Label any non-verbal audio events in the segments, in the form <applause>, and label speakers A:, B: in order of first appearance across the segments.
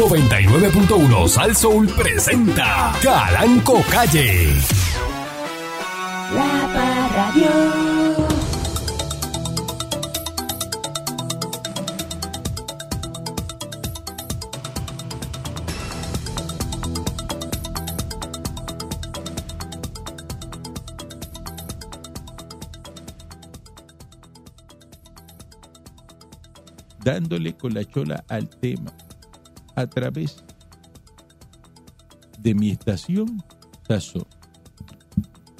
A: 99.1 Sal Soul presenta Calanco Calle.
B: La Parradio.
C: dándole con la chola al tema a través de mi estación Sazón.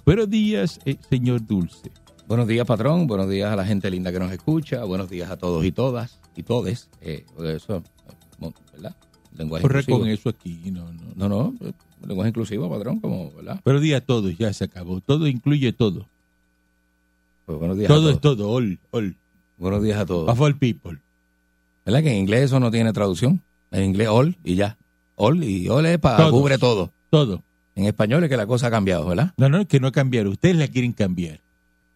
C: Buenos días, eh, señor Dulce.
D: Buenos días, patrón. Buenos días a la gente linda que nos escucha. Buenos días a todos y todas y todes. Eh, porque eso, eh, no, ¿verdad? Lenguaje
C: Corre
D: inclusivo.
C: con eso aquí, no, no, no.
D: No, no, eh, lenguaje inclusivo, patrón, como, ¿verdad?
C: Pero di a todos, ya se acabó. Todo incluye todo.
D: Pues buenos días
C: Todo
D: a
C: es
D: todos.
C: todo, all, all.
D: Buenos días a todos.
C: Of all people.
D: ¿Verdad que en inglés eso no tiene traducción? En inglés all y ya. All y all es para
C: Todos.
D: cubre todo.
C: Todo.
D: En español es que la cosa ha cambiado, ¿verdad?
C: No, no, es que no cambiar. Ustedes la quieren cambiar.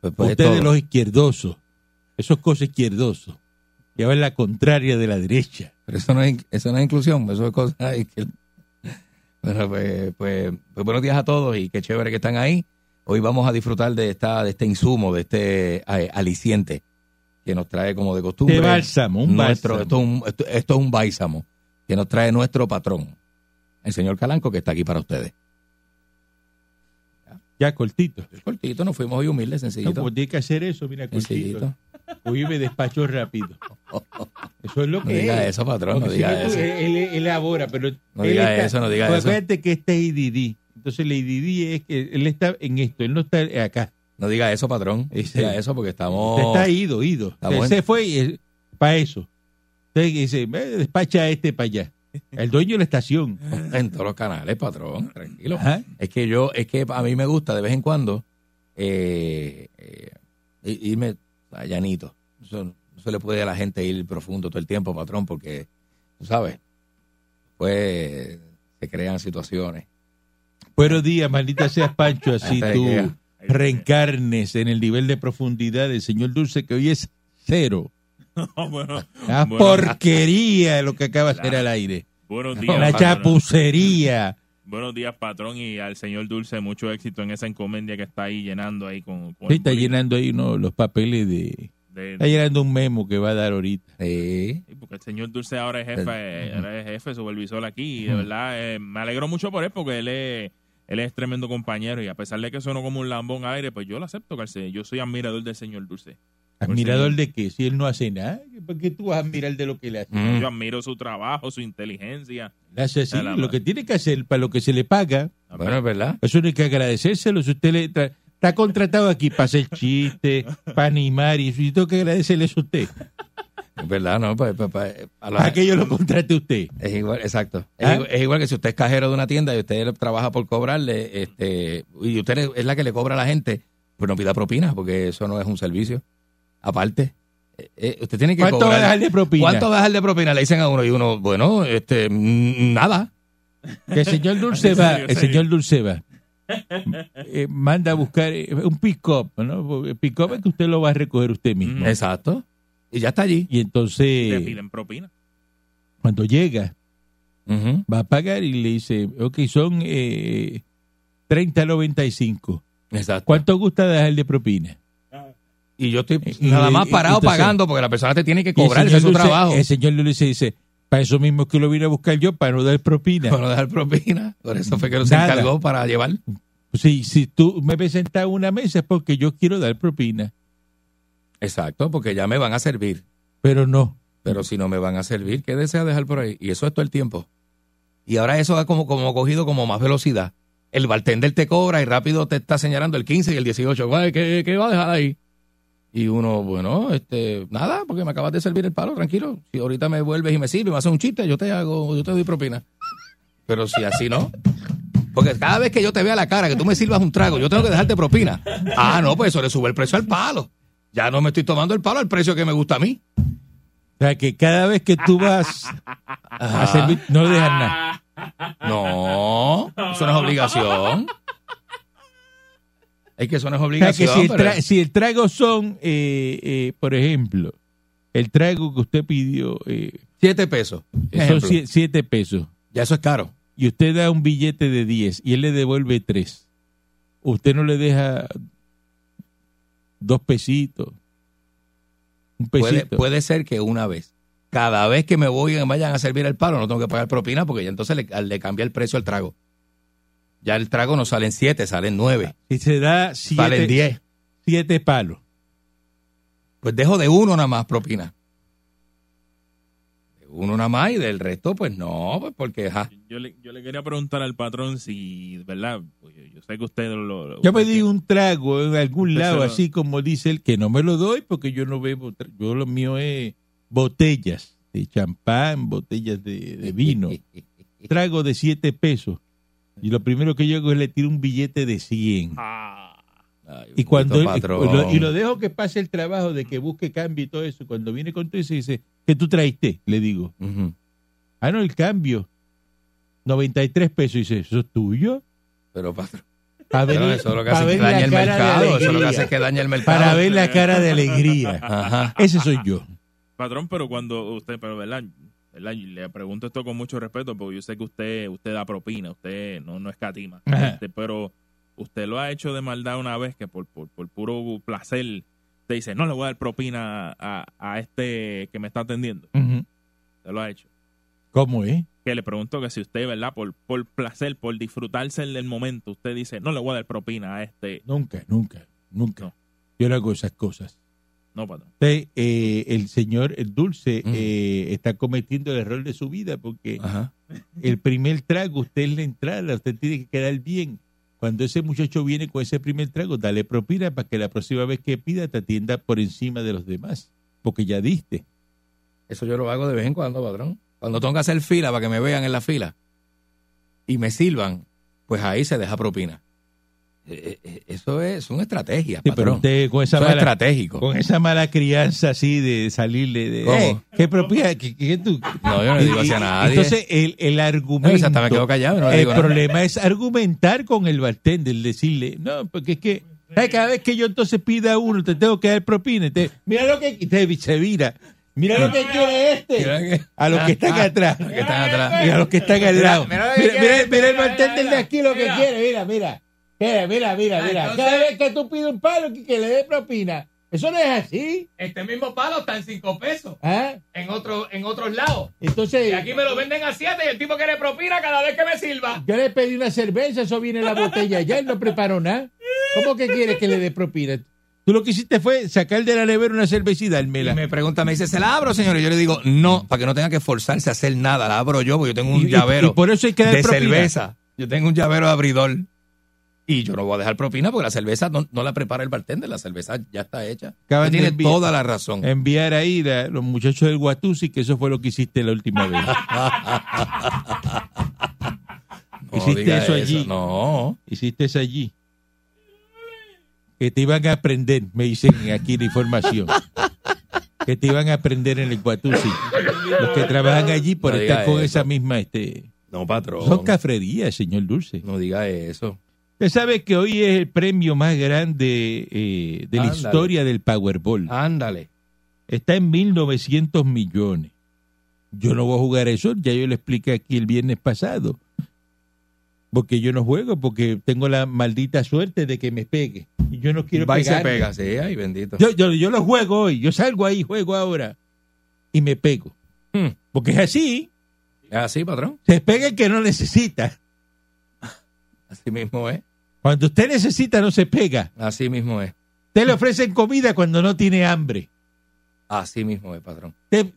D: Pues, pues, es
C: Ustedes
D: todo.
C: los izquierdosos. Esos cosas izquierdosos. Y ahora es la contraria de la derecha.
D: Pero eso no es, eso no es inclusión, eso es cosa ay, que- Bueno, pues, pues- pues buenos días a todos y qué chévere que están ahí. Hoy vamos a disfrutar de esta de este insumo, de este eh, aliciente que nos trae como de costumbre.
C: De bálsamo, un
D: nuestro,
C: bálsamo.
D: Esto, es un, esto, esto es un bálsamo que nos trae nuestro patrón, el señor Calanco, que está aquí para ustedes.
C: Ya cortito.
D: Cortito, nos fuimos hoy humildes,
C: No,
D: sencillito.
C: como tiene que hacer eso, mira, cortito.
D: sencillito.
C: Hoy me despacho rápido. Eso es lo
D: No
C: que
D: diga
C: es.
D: eso, patrón, no
C: Eh, Porque eh.
D: diga
C: siempre tú-
D: eso.
C: Él, él elabora, pero...
D: No
C: él
D: diga eso, no diga
C: pues
D: eso.
C: Acuérdate que este es IDD. Entonces el IDD es que él está en esto, él no está acá.
D: No diga eso, patrón. No
C: Ese-
D: diga eso porque estamos...
C: Usted está ido, ido.
D: Está
C: Usted
D: bueno.
C: se fue y eh, para eso. Usted dice, "Eh, despacha a este para allá. El dueño de la estación.
D: En todos los canales, patrón, tranquilo.
C: Ajá.
D: Es que yo, es que a mí me gusta de vez en cuando eh, eh, i- irme a llanito. Eso no se le puede a la gente ir profundo todo el tiempo, patrón, porque, tú sabes, pues se crean situaciones.
C: Buenos días, maldita seas Pancho,
D: <laughs>
C: así
D: Hasta
C: tú
D: que-
C: reencarnes en el nivel de profundidad del señor Dulce, que hoy es cero.
E: <laughs> bueno,
C: La
E: bueno,
C: porquería de lo que acaba de hacer al aire.
E: buenos días.
C: La
E: patrón.
C: chapucería.
E: Buenos días, patrón, y al señor Dulce, mucho éxito en esa encomienda que está ahí llenando ahí con,
C: Sí,
E: con el
C: está
E: bolígrafo
C: llenando ahí uno, los papeles de...
E: de-
C: Está llenando un memo que va a dar ahorita.
D: Sí.
E: Sí, porque el señor Dulce ahora es jefe,
C: Ujú.
E: ahora es jefe, supervisor aquí, y de verdad eh, me alegro mucho por él porque él es, él es tremendo compañero y a pesar de que sonó como un lambón aire, pues yo lo acepto, Carce. Yo soy admirador del señor Dulce.
D: Pues
C: ¿Admirador de qué? Si él no hace nada, ¿por qué tú vas a admirar de lo que le hace?
D: Mm.
E: Yo admiro su trabajo, su inteligencia.
C: Le hace así,
E: A la
C: lo
E: madre.
C: que tiene que hacer para lo que se le paga,
D: Bueno, es verdad.
C: eso no hay que agradecérselo. Si usted le tra- está contratado aquí para hacer chistes, para animar, y si tengo que agradecerle eso a usted.
D: Es verdad, ¿no? Pa- pa- pa- a la-
C: Para que yo lo contrate a usted.
D: Es igual, exacto. Es,
C: ¿Ah?
D: igu- es igual que si usted es cajero de una tienda y usted le- trabaja por cobrarle, este, y usted le- es la que le cobra a la gente, pues no pida propinas, porque eso no es un servicio. Aparte, eh, eh, usted tiene que
C: ¿Cuánto va a
D: cobrar.
C: dejarle propina?
D: ¿Cuánto va a dejar de propina? Le dicen a uno y uno, bueno, este, mm, nada.
C: Que
D: <laughs>
C: el señor Dulce
E: En
C: va,
E: serio,
C: el
E: en serio.
C: señor Dulce va. eh, manda a buscar eh, un pick-up, ¿no? Porque Pick-up es que usted lo va a recoger usted mismo.
E: Mm.
D: Exacto. Y ya está allí.
C: Y
E: Te
C: entonces,
E: piden propina.
C: cuando llega,
D: Ujú.
C: va a pagar y le dice, ok, son eh, 30.95.
D: Exacto.
C: ¿Cuánto gusta dejar de propina?
D: Y yo estoy
C: Y-
D: nada
C: y-
D: más
C: y-
D: parado
C: entonces-
D: pagando porque la persona te tiene que
C: Y el
D: cobrar,
C: señor
D: ese es su
C: Dulce-
D: trabajo.
C: El señor Dulce dice, para eso mismo que lo vine a buscar yo, para no dar propina.
D: <laughs> Para no dejar propina. Por eso fue que no se
C: Nada.
D: encargó para llevar.
C: Si, si tú me ves sentado en una mesa es porque yo quiero dar propina,
D: Exacto, porque ya me van a servir.
C: pero no.
D: pero si no me van a servir, ¿qué desea dejar por ahí? Y eso es todo el tiempo. Y ahora eso ha como, como cogido como más velocidad. El bartender te cobra y rápido te está señalando el 15 y el 18. Guay, ¿Qué, qué va a dejar ahí? Y uno, bueno, este, nada, porque me acabas de servir el palo, tranquilo. Si ahorita me vuelves y me sirves, me haces un chiste, yo te hago, yo te doy propina. Pero si así no. Porque cada vez que yo te vea la cara, que tú me sirvas un trago, yo tengo que dejarte propina. Ah, no, pues eso le sube el precio al palo. Ya no me estoy tomando el palo al precio que me gusta a mí.
C: O sea, que cada vez que tú vas
D: <laughs>
C: a servir, no dejas nada.
D: No, eso no es obligación. Es que eso no es
C: O sea, que
D: obligación.
C: si el,
D: pero-
C: tra- si el trago son, eh, eh, por ejemplo, el trago que usted pidió, eh,
D: Siete pesos.
C: Son
D: ejemplo.
C: sie- siete pesos.
D: Ya eso es caro.
C: Y usted da un billete de 10 y él le devuelve tres. Usted no le deja dos pesitos. Un
D: Puede,
C: pesito.
D: puede ser que una vez. Cada vez que me voy y vayan a servir el palo, no tengo que pagar propina porque ya entonces le, le cambia el precio al trago. Ya el trago no sale en siete, sale en nueve,
C: Si se da
D: sale en
C: siete,
D: diez.
C: siete palos.
D: Pues dejo de uno nada más propina. De uno nada más y del resto, pues no, pues porque ajá.
E: Yo le, yo le quería preguntar al patrón si, ¿verdad? Pues yo, yo sé que usted lo... lo-
C: Yo pedí un trago en algún
E: Usted
C: lado,
E: se lo-
C: así como dice él, que no me lo doy porque yo no bebo. tra- Yo lo mío es botellas de champán, botellas de, de
D: <laughs>
C: vino. Trago de siete pesos. Y lo primero que yo hago es le tiro un billete de 100.
E: Ah,
D: Ay,
C: Y cuando
D: bendito
C: él-
D: patrón.
C: lo- y lo dejo que pase el trabajo de que busque cambio y todo eso. Cuando viene con todo eso, dice, ¿qué tú traiste? Le digo,
D: Ujú.
C: ah, no, el cambio. 93 pesos. Dice, ¿eso es tuyo?
D: Pero patrón,
C: Para ver,
D: pero eso es lo que
C: pa'
D: hace
C: ver
D: que
C: la
D: daña el
C: cara de
D: mercado. Eso es lo que
C: alegría.
D: hace que daña el mercado.
C: Para ver la cara de alegría.
D: Ajá.
C: <laughs> Ese soy yo.
E: patrón, pero cuando usted, pero ¿verdad? ¿verdad? Y Le pregunto esto con mucho respeto porque yo sé que usted usted da propina, usted no, no escatima.
C: Ajá.
E: Este, pero usted lo ha hecho de maldad una vez que por, por, por puro placer te dice, no le voy a dar propina a, a este que me está atendiendo.
C: Ujú.
E: Usted lo ha hecho.
C: ¿Cómo es?
E: que le pregunto que si usted, ¿verdad? Por, por placer, por disfrutarse en el momento, usted dice, no le voy a dar propina a este.
C: Nunca, nunca, nunca.
E: No.
C: Yo no hago esas cosas.
E: No, patrón.
C: Usted, eh, el señor el Dulce
D: Mm.
C: eh, está cometiendo el error de su vida porque
D: Ajá.
C: el primer trago usted es la entrada, usted tiene que quedar bien. Cuando ese muchacho viene con ese primer trago, dale propina para que la próxima vez que pida te atienda por encima de los demás, porque ya diste.
D: Eso yo lo hago de vez en cuando, patrón. Cuando tengo que hacer fila para que me vean en la fila y me sirvan, pues ahí se deja propina. Eh, eh, Eso es una estrategia,
C: Sí, pero
D: patrón.
C: usted con esa
D: Eso es
C: mala,
D: estratégico.
C: con esa mala crianza así de salirle de...
D: ¿Cómo?
C: "Eh, ¿Qué propina? ¿Qué, qué tú?
D: No, yo no le digo así a nadie.
C: Entonces, el, el
D: No,
C: argumento...
D: y hasta me quedo callado. No le
C: El
D: digo nada.
C: problema es argumentar con el bartender, decirle, no, porque es que ¿sabes? cada vez que yo entonces pida uno, te tengo que dar propina. te- mira lo que y te, se vira. Mira lo que quiere
D: Mira
C: este.
D: que-
C: A los que están atrás.
D: que están atrás.
C: Y a los que están al lado.
D: mira
C: Mira,
D: lo que
C: mira,
D: quiere,
C: mira el bartender de aquí lo que quiere. Mira, mira. Mira, mira, mira.
D: Ah,
C: mira. Cada vez que tú pides un palo que, que le dé propina. Eso no es así.
B: Este mismo palo está en 5 pesos
C: ¿ah?
B: en, otro, en otros lados.
C: Entonces,
B: Y aquí me lo venden a 7 y el tipo quiere propina cada vez que me sirva.
C: yo le pedí una cerveza, eso viene en la botella ya, él no preparó nada. ¿Cómo que quieres que le dé propina? Tú lo que hiciste fue sacar de la nevera una cerveza y
D: Y
C: dármela.
D: me pregunta, me dice, ¿se la abro, señor? Y yo le digo, no, para que no tenga que forzarse a hacer nada. La abro yo, porque yo tengo un
C: Y- y-
D: llavero
C: y por eso hay que dar
D: de
C: propina.
D: cerveza. Yo tengo un llavero de abridor. Y yo no voy a dejar propina porque la cerveza no, no la prepara el bartender, la cerveza ya está hecha.
C: Acaban
D: Usted tiene
C: de enviar- Eh,
D: toda la razón.
C: Enviar ahí a los muchachos del Guatusi, que eso fue lo que hiciste la última vez.
D: No
C: hiciste
D: diga
C: eso allí.
D: No.
C: Hiciste eso allí. Que te iban a aprender, me dicen aquí la información. Que te iban a aprender en el Guatusi. Los que trabajan allí por
D: No
C: estar
D: diga
C: con
D: eso.
C: esa misma... este
D: No, patrón.
C: Son cafrerías, señor Dulce.
D: No diga eso.
C: Usted sabe que hoy es el premio más grande eh, de la
D: Ándale.
C: historia del Powerball.
D: Ándale.
C: Está en 1.900 millones. Yo no voy a jugar eso, ya yo lo expliqué aquí el viernes pasado. Porque yo no juego, porque tengo la maldita suerte de que me pegue. Y yo no quiero
D: Va y se
C: pegarme.
D: pega, sí, ay, bendito.
C: Yo, yo, yo lo juego hoy, yo salgo ahí, juego ahora. Y me pego.
D: Hmm.
C: Porque es así,
D: Es así, patrón.
C: se pega el que no necesita.
D: Así mismo es.
C: Cuando usted necesita, no se pega.
D: Así mismo es.
C: Usted le ofrecen comida cuando no tiene hambre.
D: Así mismo es, patrón.
C: Usted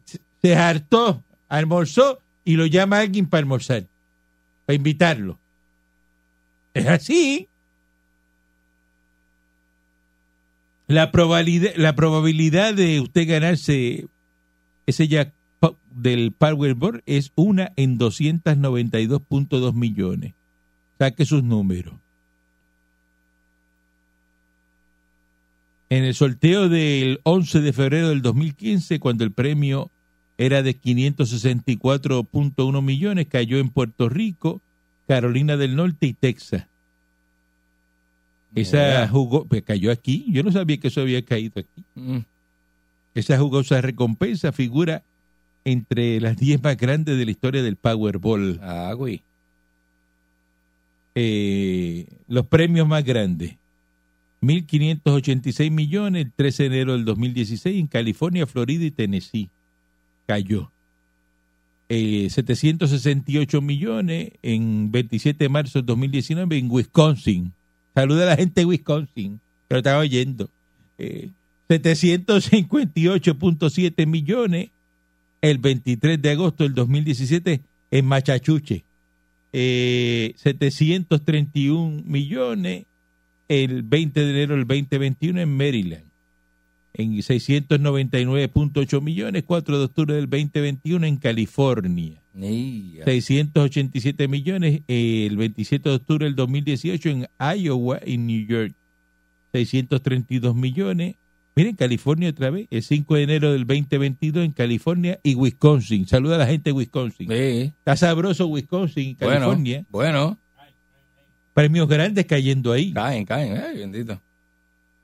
C: se hartó, almorzó y lo llama alguien para almorzar, para invitarlo. Es así. La probabilidad, la probabilidad de usted ganarse ese jackpot del Powerball es una en 292.2 millones. Saque sus números. en el sorteo del 11 de febrero del 2015, cuando el premio era de 564.1 millones, cayó en Puerto Rico, Carolina del Norte y Texas. Esa
D: Mira.
C: jugó, pues cayó aquí, yo no sabía que eso había caído aquí.
D: Mm.
C: Esa jugosa recompensa figura entre las 10 más grandes de la historia del Powerball.
D: Ah, güey.
C: Eh, los premios más grandes. 1.586 millones el 13 de enero del 2016 en California, Florida y Tennessee. Cayó. Eh, 768 millones en 27 de marzo del 2019 en Wisconsin. Saluda a la gente de Wisconsin, que lo estaba oyendo. Eh, 758.7 millones el 23 de agosto del 2017 en Machachuche. Eh, 731 millones el 20 de enero del 2021 en Maryland. En 699.8 millones, 4 de octubre del 2021 en California.
D: Ni-
C: 687 millones eh, el 27 de octubre del 2018 en Iowa y New York. 632 millones. Miren, California otra vez, el 5 de enero del 2022 en California y Wisconsin. Saluda a la gente de Wisconsin.
D: Sí.
C: Está sabroso Wisconsin y
D: Bueno,
C: California.
D: bueno,
C: Premios grandes cayendo ahí.
D: caen, caen, ay, bendito.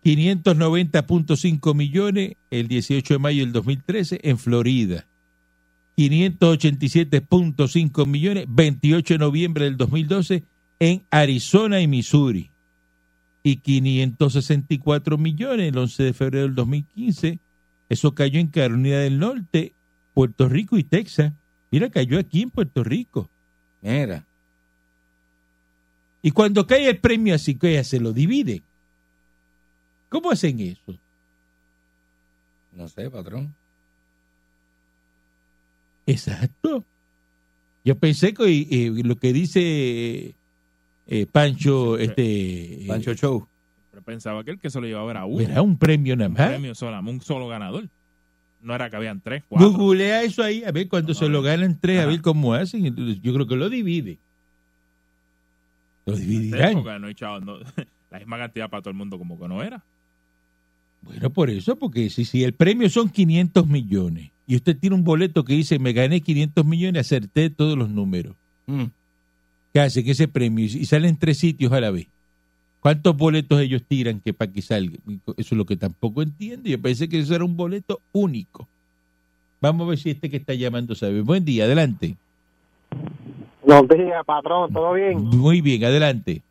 C: 590.5 millones el 18 de mayo del 2013 en Florida. 587.5 millones 28 de noviembre del 2012 en Arizona y Missouri. Y 564 millones el 11 de febrero del 2015. Eso cayó en Carolina del Norte, Puerto Rico y Texas. Mira, cayó aquí en Puerto Rico.
D: Mira,
C: Y cuando cae el premio así, que ya se lo dividen. ¿Cómo hacen eso?
D: no sé, patrón.
C: Exacto. Yo pensé que eh, lo que dice eh, Pancho, este, eh,
D: Pancho Show.
E: Pero pensaba que el que se lo llevaba era uno.
C: era un premio nada
E: un
C: más.
E: premio solo, un solo ganador. No era que habían tres, cuatro.
C: Googlea eso ahí, a ver cuando
E: No,
C: se
E: no.
C: lo ganan tres, a
E: Ah, Ajá.
C: ver cómo hacen. Entonces, Yo creo que lo divide. Lo
E: Tres,
C: dividirán.
E: porque no hay chavos, no- <laughs> la misma cantidad para todo el mundo como que no era.
C: Bueno, por eso, porque si, si el premio son 500 millones y usted tiene un boleto que dice me gané 500 millones, acerté todos los números.
D: Mm.
C: que hacen ese premio y salen tres sitios a la vez. ¿Cuántos boletos ellos tiran que para que salga? Eso es lo que tampoco entiendo. Yo pensé que eso era un boleto único. Vamos a ver si este que está llamando sabe. Buen día, adelante.
F: Buenos días, patrón, ¿todo bien?
C: Muy bien, adelante.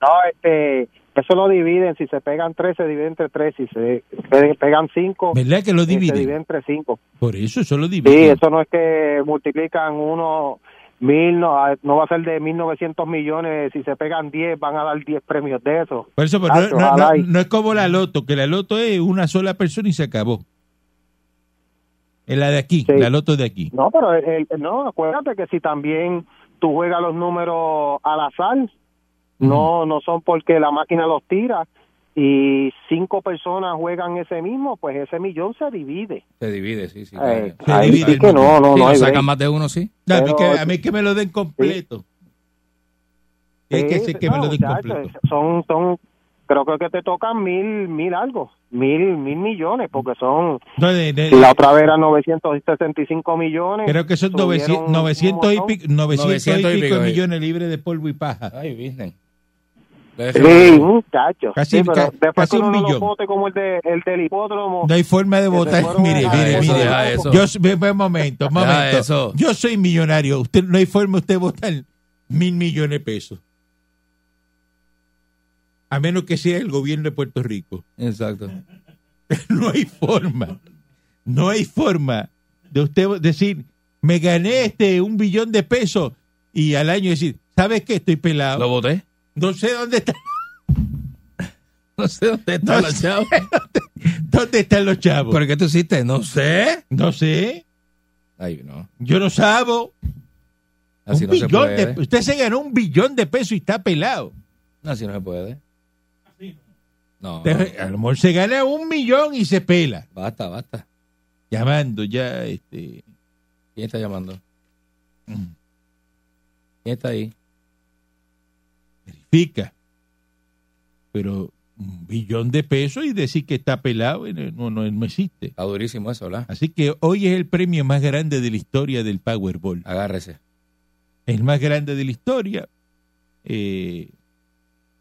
F: No, este, eso lo dividen, si se pegan tres, se dividen entre tres, si se pe- pegan cinco,
C: ¿Verdad que lo
F: eh, se dividen
C: dividen?
F: entre cinco.
C: Por eso, eso lo
F: Sí,
C: dividen.
F: eso no es que multiplican uno, mil, no, ah, no va a ser de 1.900 millones, si se pegan diez, van a dar diez premios de eso.
C: Por eso, pero no-
F: Nacho,
C: no, no-
F: Adai.
C: no es como la loto, que la loto es una sola persona y se acabó. Es la de aquí,
F: Sí.
C: la loto de aquí.
F: No, pero el- el- no, acuérdate que si también tú juegas los números al azar, no, no son porque la máquina los tira y cinco personas juegan ese mismo, pues ese millón se divide.
D: Se divide, sí, sí.
F: Eh,
C: Se
F: ahí
C: divide
F: sí que
C: el
F: no, no,
D: Sí,
F: no
D: lo
F: hay
D: sacan
F: break.
D: más de uno, sí.
C: No, a, mí
F: Pero-
C: que, a mí que me lo den completo. Es que,
F: Sí,
C: sí que me
F: no,
C: lo den
F: muchachos,
C: completo.
F: Son, son, creo, creo que te tocan mil, mil algo, mil, mil millones, porque son,
C: No, de- de-
F: la otra vez eran 965 millones.
C: Creo que son 900,
F: subieron
C: 900 y
F: un
C: pico, 900 y
D: 900 y
C: pico
D: pico, sí.
C: millones libres de polvo y paja.
D: Ay, business.
F: montón. Sí, muchachos.
C: Casi-
F: Sí, pero
C: ca-
F: después
C: casi
F: que
C: un
F: uno no lo
C: millón.
F: bote como el, de, el del hipódromo.
C: No hay forma de
F: se
C: votar.
F: fueron
C: Mire,
F: Ah, a-
C: mire,
D: eso,
C: mire.
D: deja eso.
C: Yo, ve- ve, momento,
D: Deja
C: momento.
D: eso.
C: Yo soy millonario. Usted no hay forma de usted votar mil millones de pesos. A menos que sea el gobierno de Puerto Rico. <laughs>
D: Exacto.
C: No hay forma. No hay forma de usted decir, me gané este un billón de pesos y al año decir, ¿sabes qué? Estoy pelado.
D: ¿Lo voté?
C: No sé dónde está.
D: <laughs> No sé dónde está
C: No
D: la
C: sé.
D: chava.
C: ¿Dónde están los chavos?
D: ¿Pero qué tú hiciste? No sé.
C: no sé,
D: Ay, no.
C: yo no sabo.
D: Así
C: Un
D: Ah, no se
C: billón
D: puede. ¿eh?
C: de- usted se ganó un billón de pesos y está pelado.
D: Así no se puede. No.
C: Usted- eh, a lo mejor se gana un millón y se pela.
D: Basta, basta.
C: Llamando ya, este. mm,
D: ¿Quién está llamando? ¿Quién está ahí?
C: Fica. Pero un billón de pesos y decir que está pelado eh, no, no, no existe.
D: Está durísimo eso, ¿verdad?
C: Así que hoy es el premio más grande de la historia del Powerball.
D: Agárrese.
C: el más grande de la historia. Eh,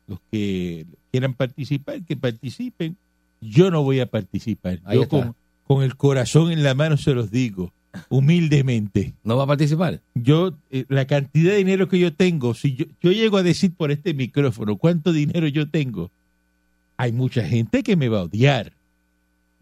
C: los que quieran participar, que participen. Yo no voy a participar.
D: Ahí
C: Yo
D: está.
C: con, con el corazón en la mano se los digo, humildemente.
D: ¿No va a participar?
C: Yo, eh, la cantidad de dinero que yo tengo, si yo, yo llego a decir por este micrófono cuánto dinero yo tengo, hay mucha gente que me va a odiar.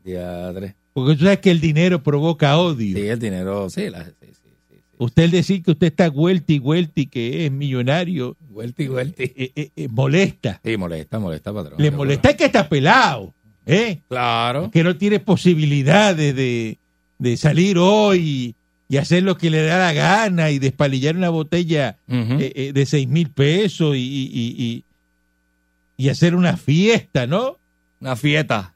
D: Diadre.
C: Porque tú sabes que el dinero provoca odio.
D: Sí, el dinero, sí, la, sí, sí, sí, sí.
C: Usted el decir que usted está vuelta y vuelta y que es millonario,
D: Vuelta y vuelta. y-
C: eh, eh, eh, molesta.
D: Sí, molesta, molesta, patrón.
C: Le
D: Pero,
C: molesta que está pelado, ¿eh?
D: Claro.
C: que no tiene posibilidades de, de salir hoy y hacer lo que le da la gana y despalillar una botella
D: Ujú.
C: eh, eh, de seis mil pesos y, y- y- y- y hacer una fiesta, ¿no?
D: Una fiesta.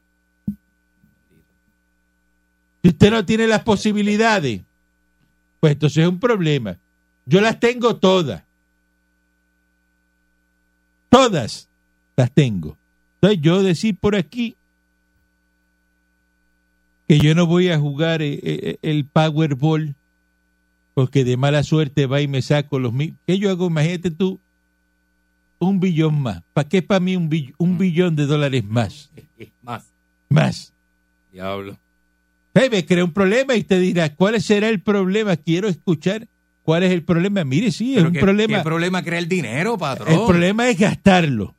C: Si usted no tiene las posibilidades, pues entonces es un problema. Yo las tengo todas. Todas las tengo. Entonces yo decir por aquí que yo no voy a jugar eh, eh, el Powerball porque de mala suerte va y me saco los mil. ¿Qué yo hago? Imagínate tú, un billón más. ¿Para qué para mí un, bill- un billón de dólares más?
D: Más.
C: Más.
D: Diablo.
C: Hey, me crea un problema y te dirás, ¿cuál será el problema? Quiero escuchar cuál es el problema. Mire, sí, es
D: Pero
C: un
D: ¿qué-
C: problema.
D: ¿Qué problema crea el dinero, patrón?
C: el problema es gastarlo.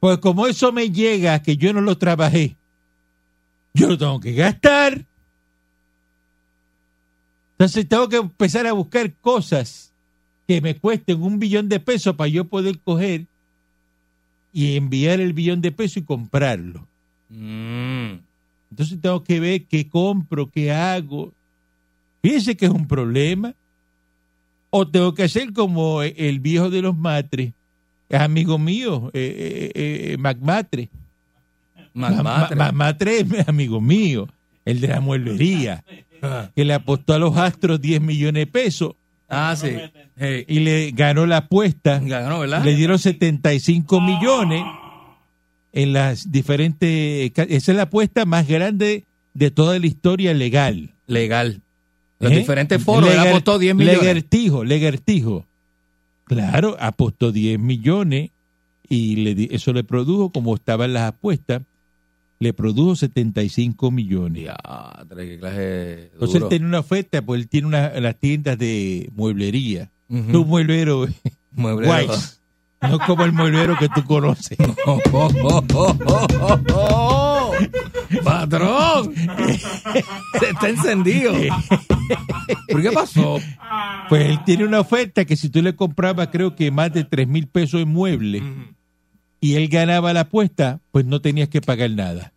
C: Pues como eso me llega que yo no lo trabajé, yo lo tengo que gastar. Entonces tengo que empezar a buscar cosas que me cuesten un billón de pesos para yo poder coger y enviar el billón de pesos y comprarlo.
D: Mm.
C: Entonces tengo que ver qué compro, qué hago. Fíjense que es un problema. O tengo que hacer como e- el viejo de los matres, es amigo mío, eh, eh, eh, Mac Matre.
D: Más
C: Ma-
D: madre.
C: Ma- Mac Matre es amigo mío, el de la mueblería, que le apostó a los astros 10 millones de pesos
D: Ah, sí. Hey.
C: y le ganó la apuesta.
D: Ganó, ¿verdad?
C: Le dieron 75 millones en las diferentes... ca- Esa es la apuesta más grande de toda la historia legal.
D: Legal. Los
C: ¿Eh?
D: diferentes foros. Él
C: Leger-
D: apostó 10 millones.
C: Legertijo, Legertijo. Claro, apostó 10 millones y le di- eso le produjo, como estaban las apuestas, le produjo 75 millones.
D: Diadre, qué clase
C: Entonces
D: duro.
C: él tiene una oferta, pues él tiene una, las tiendas de mueblería.
D: Ujú.
C: No un mueblero
D: Mueble de-
C: guay, no como el mueblero que tú conoces.
D: <laughs> Oh, oh, oh, oh, oh, oh, oh. ¡Patrón! <laughs> Se
C: <laughs>
D: está encendido. ¿Por qué pasó?
C: Pues él tiene una oferta que si tú le comprabas, creo que más de 3 mil pesos en muebles y él ganaba la apuesta, pues no tenías que pagar nada.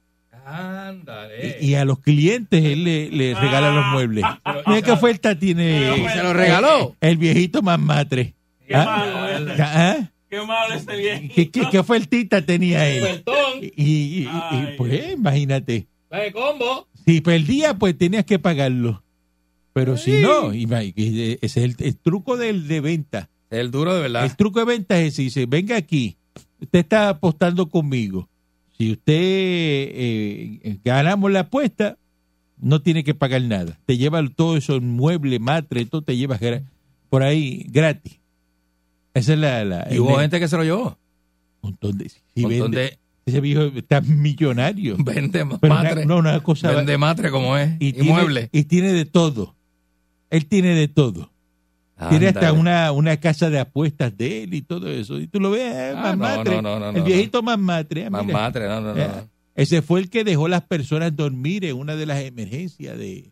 D: Ándale.
C: Y, y a los clientes él le, le regala los muebles. Mira qué oferta
D: Y
C: tiene
D: se lo regaló.
C: el viejito más matre.
B: Qué
C: ¿Ah?
B: malo, ¿eh?
C: ¿Ah?
B: Qué malo este viejo.
C: ¿Qué, qué, qué ofertita tenía él?
B: Perdón.
C: Y, y- y- y, pues imagínate,
B: De combo.
C: si perdía pues tenías que pagarlo. Pero si no, ima- ese es el, el truco del de venta.
D: El duro de verdad.
C: El truco de venta es ese, dice, venga aquí, usted está apostando conmigo. Si usted eh, ganamos la apuesta, no tiene que pagar nada. Te lleva todo eso, mueble, matre, todo te llevas gra- por ahí gratis. Esa es la... la
D: Y hubo
C: el-
D: gente que se lo llevó.
C: montón de- si
D: Un montón
C: vende-
D: de
C: Ese viejo está
D: <laughs>
C: millonario.
D: vende
C: Pero
D: matre.
C: una, no, una cosa...
D: Vende matre como es.
C: y,
D: Y,
C: tiene,
D: mueble.
C: y tiene de todo. Él tiene de todo. Tiene hasta
D: Ándale.
C: una, una casa de apuestas de él y todo eso. Y tú lo ves, eh,
D: Ah,
C: más
D: no,
C: matre.
D: no, no, no,
C: el
D: no.
C: viejito más matre. ah,
D: Más
C: mira.
D: matre, no, no, no.
C: Eh, Ese fue el que dejó las personas dormir en una de las emergencias de,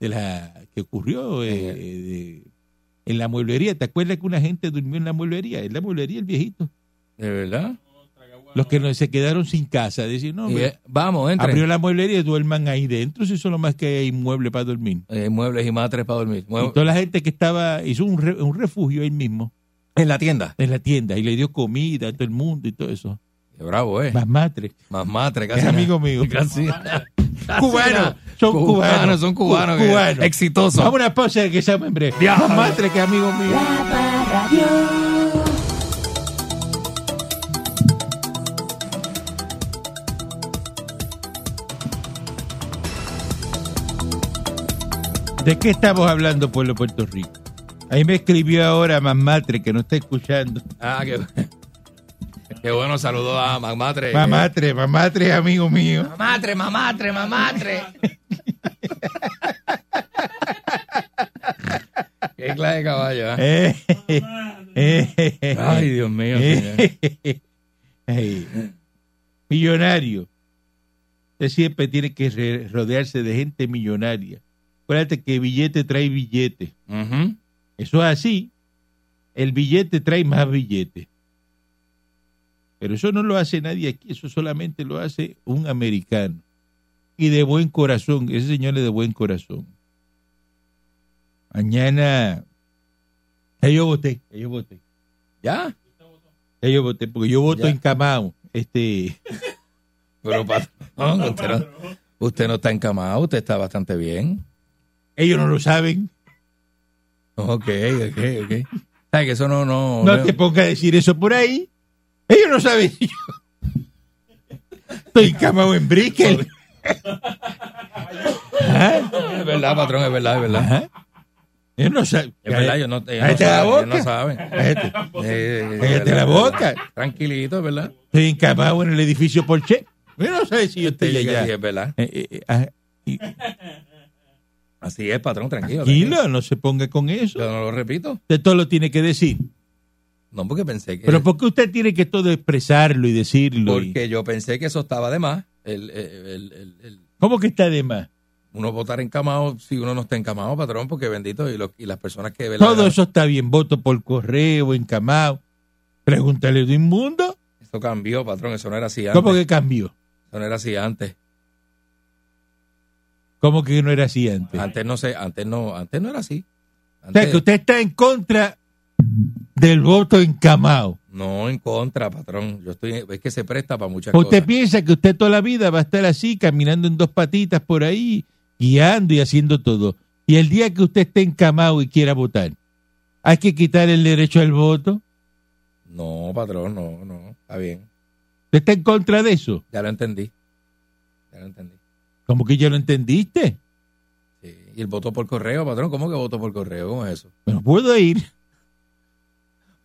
C: de la que ocurrió eh,
D: Ajá.
C: de- en la mueblería. ¿Te acuerdas que una gente durmió en la mueblería? En la mueblería el viejito.
D: De verdad.
C: Los que no, se quedaron sin casa. Decir, no,
D: Y,
C: hombre,
D: eh, vamos, entre.
C: abrió la mueblería y duerman ahí dentro. Si eso es lo más que hay mueble para dormir.
D: Eh, muebles y matres para dormir. Mue-
C: Y toda la gente que estaba, hizo un, re- un refugio ahí mismo.
D: En la tienda.
C: en la tienda y le dio comida a todo el mundo y todo eso.
D: Qué bravo, eh.
C: Más matre.
D: Más matre, casi.
C: Es
D: nada.
C: amigo mío.
D: <laughs> Casi.
C: <laughs>
D: casi
C: Cubanos.
D: nada.
C: Son cubanos.
D: Son cubanos.
C: Cu-
D: que-
C: cubanos.
D: Exitosos.
C: Vamos a una pausa que se llama en breve.
D: Diablo.
C: Más matre que amigo mío.
G: La Parra Radio.
C: ¿De qué estamos hablando, pueblo de Puerto Rico? Ahí me escribió ahora Más Matre, que no está escuchando,
D: Ah, qué, <laughs> Qué bueno, saludo a Magmatre.
C: Mamatre, mamatre, amigo mío.
D: Mamatre, mamatre, mamatre. Qué clase de caballo, ¿eh?
C: Eh, eh, eh, eh,
D: Ay, Dios mío, señor.
C: eh, eh, eh. Millonario. Usted siempre tiene que re- rodearse de gente millonaria. Acuérdate que billete trae billete.
D: Ujú.
C: Eso es así. El billete trae más billete. Pero eso no lo hace nadie aquí, eso solamente lo hace un americano. Y de buen corazón, ese señor es de buen corazón. Mañana, ya yo voté, ya yo voté.
D: ¿Ya?
C: Ya yo voté, porque yo voto
D: Ya.
C: en Camao. Este, <laughs>
D: Pero patrón, usted <laughs> no, usted no está encamado, usted está bastante bien.
C: ellos no lo saben.
D: Ok, ok, ok. ¿Sabes que eso no, no,
C: No te pongas a decir eso por ahí. Ellos no saben si yo- Estoy encamado en Brickell.
D: Es verdad, patrón, es verdad, es verdad.
C: Ajá. ¿Ah? Ellos no saben.
D: Es verdad, yo no, ellos no
C: Cállate la
D: saben, ellos
C: boca.
D: no saben.
C: Cállate.
D: Eh, es
C: Cállate la
D: verdad.
C: boca.
D: Tranquilito, es verdad.
C: Estoy encamado en el edificio Porsche. Yo no sé si yo
D: Usted
C: estoy
D: llega
C: allá.
D: así, es verdad.
C: Eh, eh, eh, ah, y-
D: Así es, patrón, tranquilo.
C: Tranquilo, no se ponga con
D: tranquilo.
C: eso.
D: Yo no lo repito.
C: Usted todo lo tiene que decir.
D: No, porque pensé que.
C: Pero pues, ¿por qué usted tiene que todo expresarlo y decirlo? y-
D: Eh. porque yo pensé que eso estaba de más. El, el- el- el- el-
C: ¿Cómo que está de más?
D: uno votar encamado si uno no está encamado, patrón, porque bendito. Y, los- y las personas que. de verdad-
C: Todo eso está bien. Voto por correo, encamado. Pregúntale de inmundo.
D: Eso cambió, patrón. Eso no era así antes.
C: ¿Cómo que cambió?
D: Eso no era así antes.
C: ¿Cómo que no era así antes?
D: Antes no sé, antes no, antes no era así.
C: O sea,
D: Antes-
C: que usted está en contra del voto encamado.
D: No en contra, patrón. Yo estoy, es que se presta para muchas
C: ¿Usted
D: cosas.
C: piensa que usted toda la vida va a estar así, caminando en dos patitas por ahí, guiando y haciendo todo? Y el día que usted esté encamado y quiera votar, hay que quitar el derecho al voto.
D: No, patrón, no, no. Está bien.
C: ¿Usted está en contra de eso?
D: Ya lo entendí. Ya lo entendí.
C: Como que ya lo entendiste.
D: Sí. Y el voto por correo, patrón, ¿cómo que voto por correo? ¿Cómo es eso?
C: No puedo ir.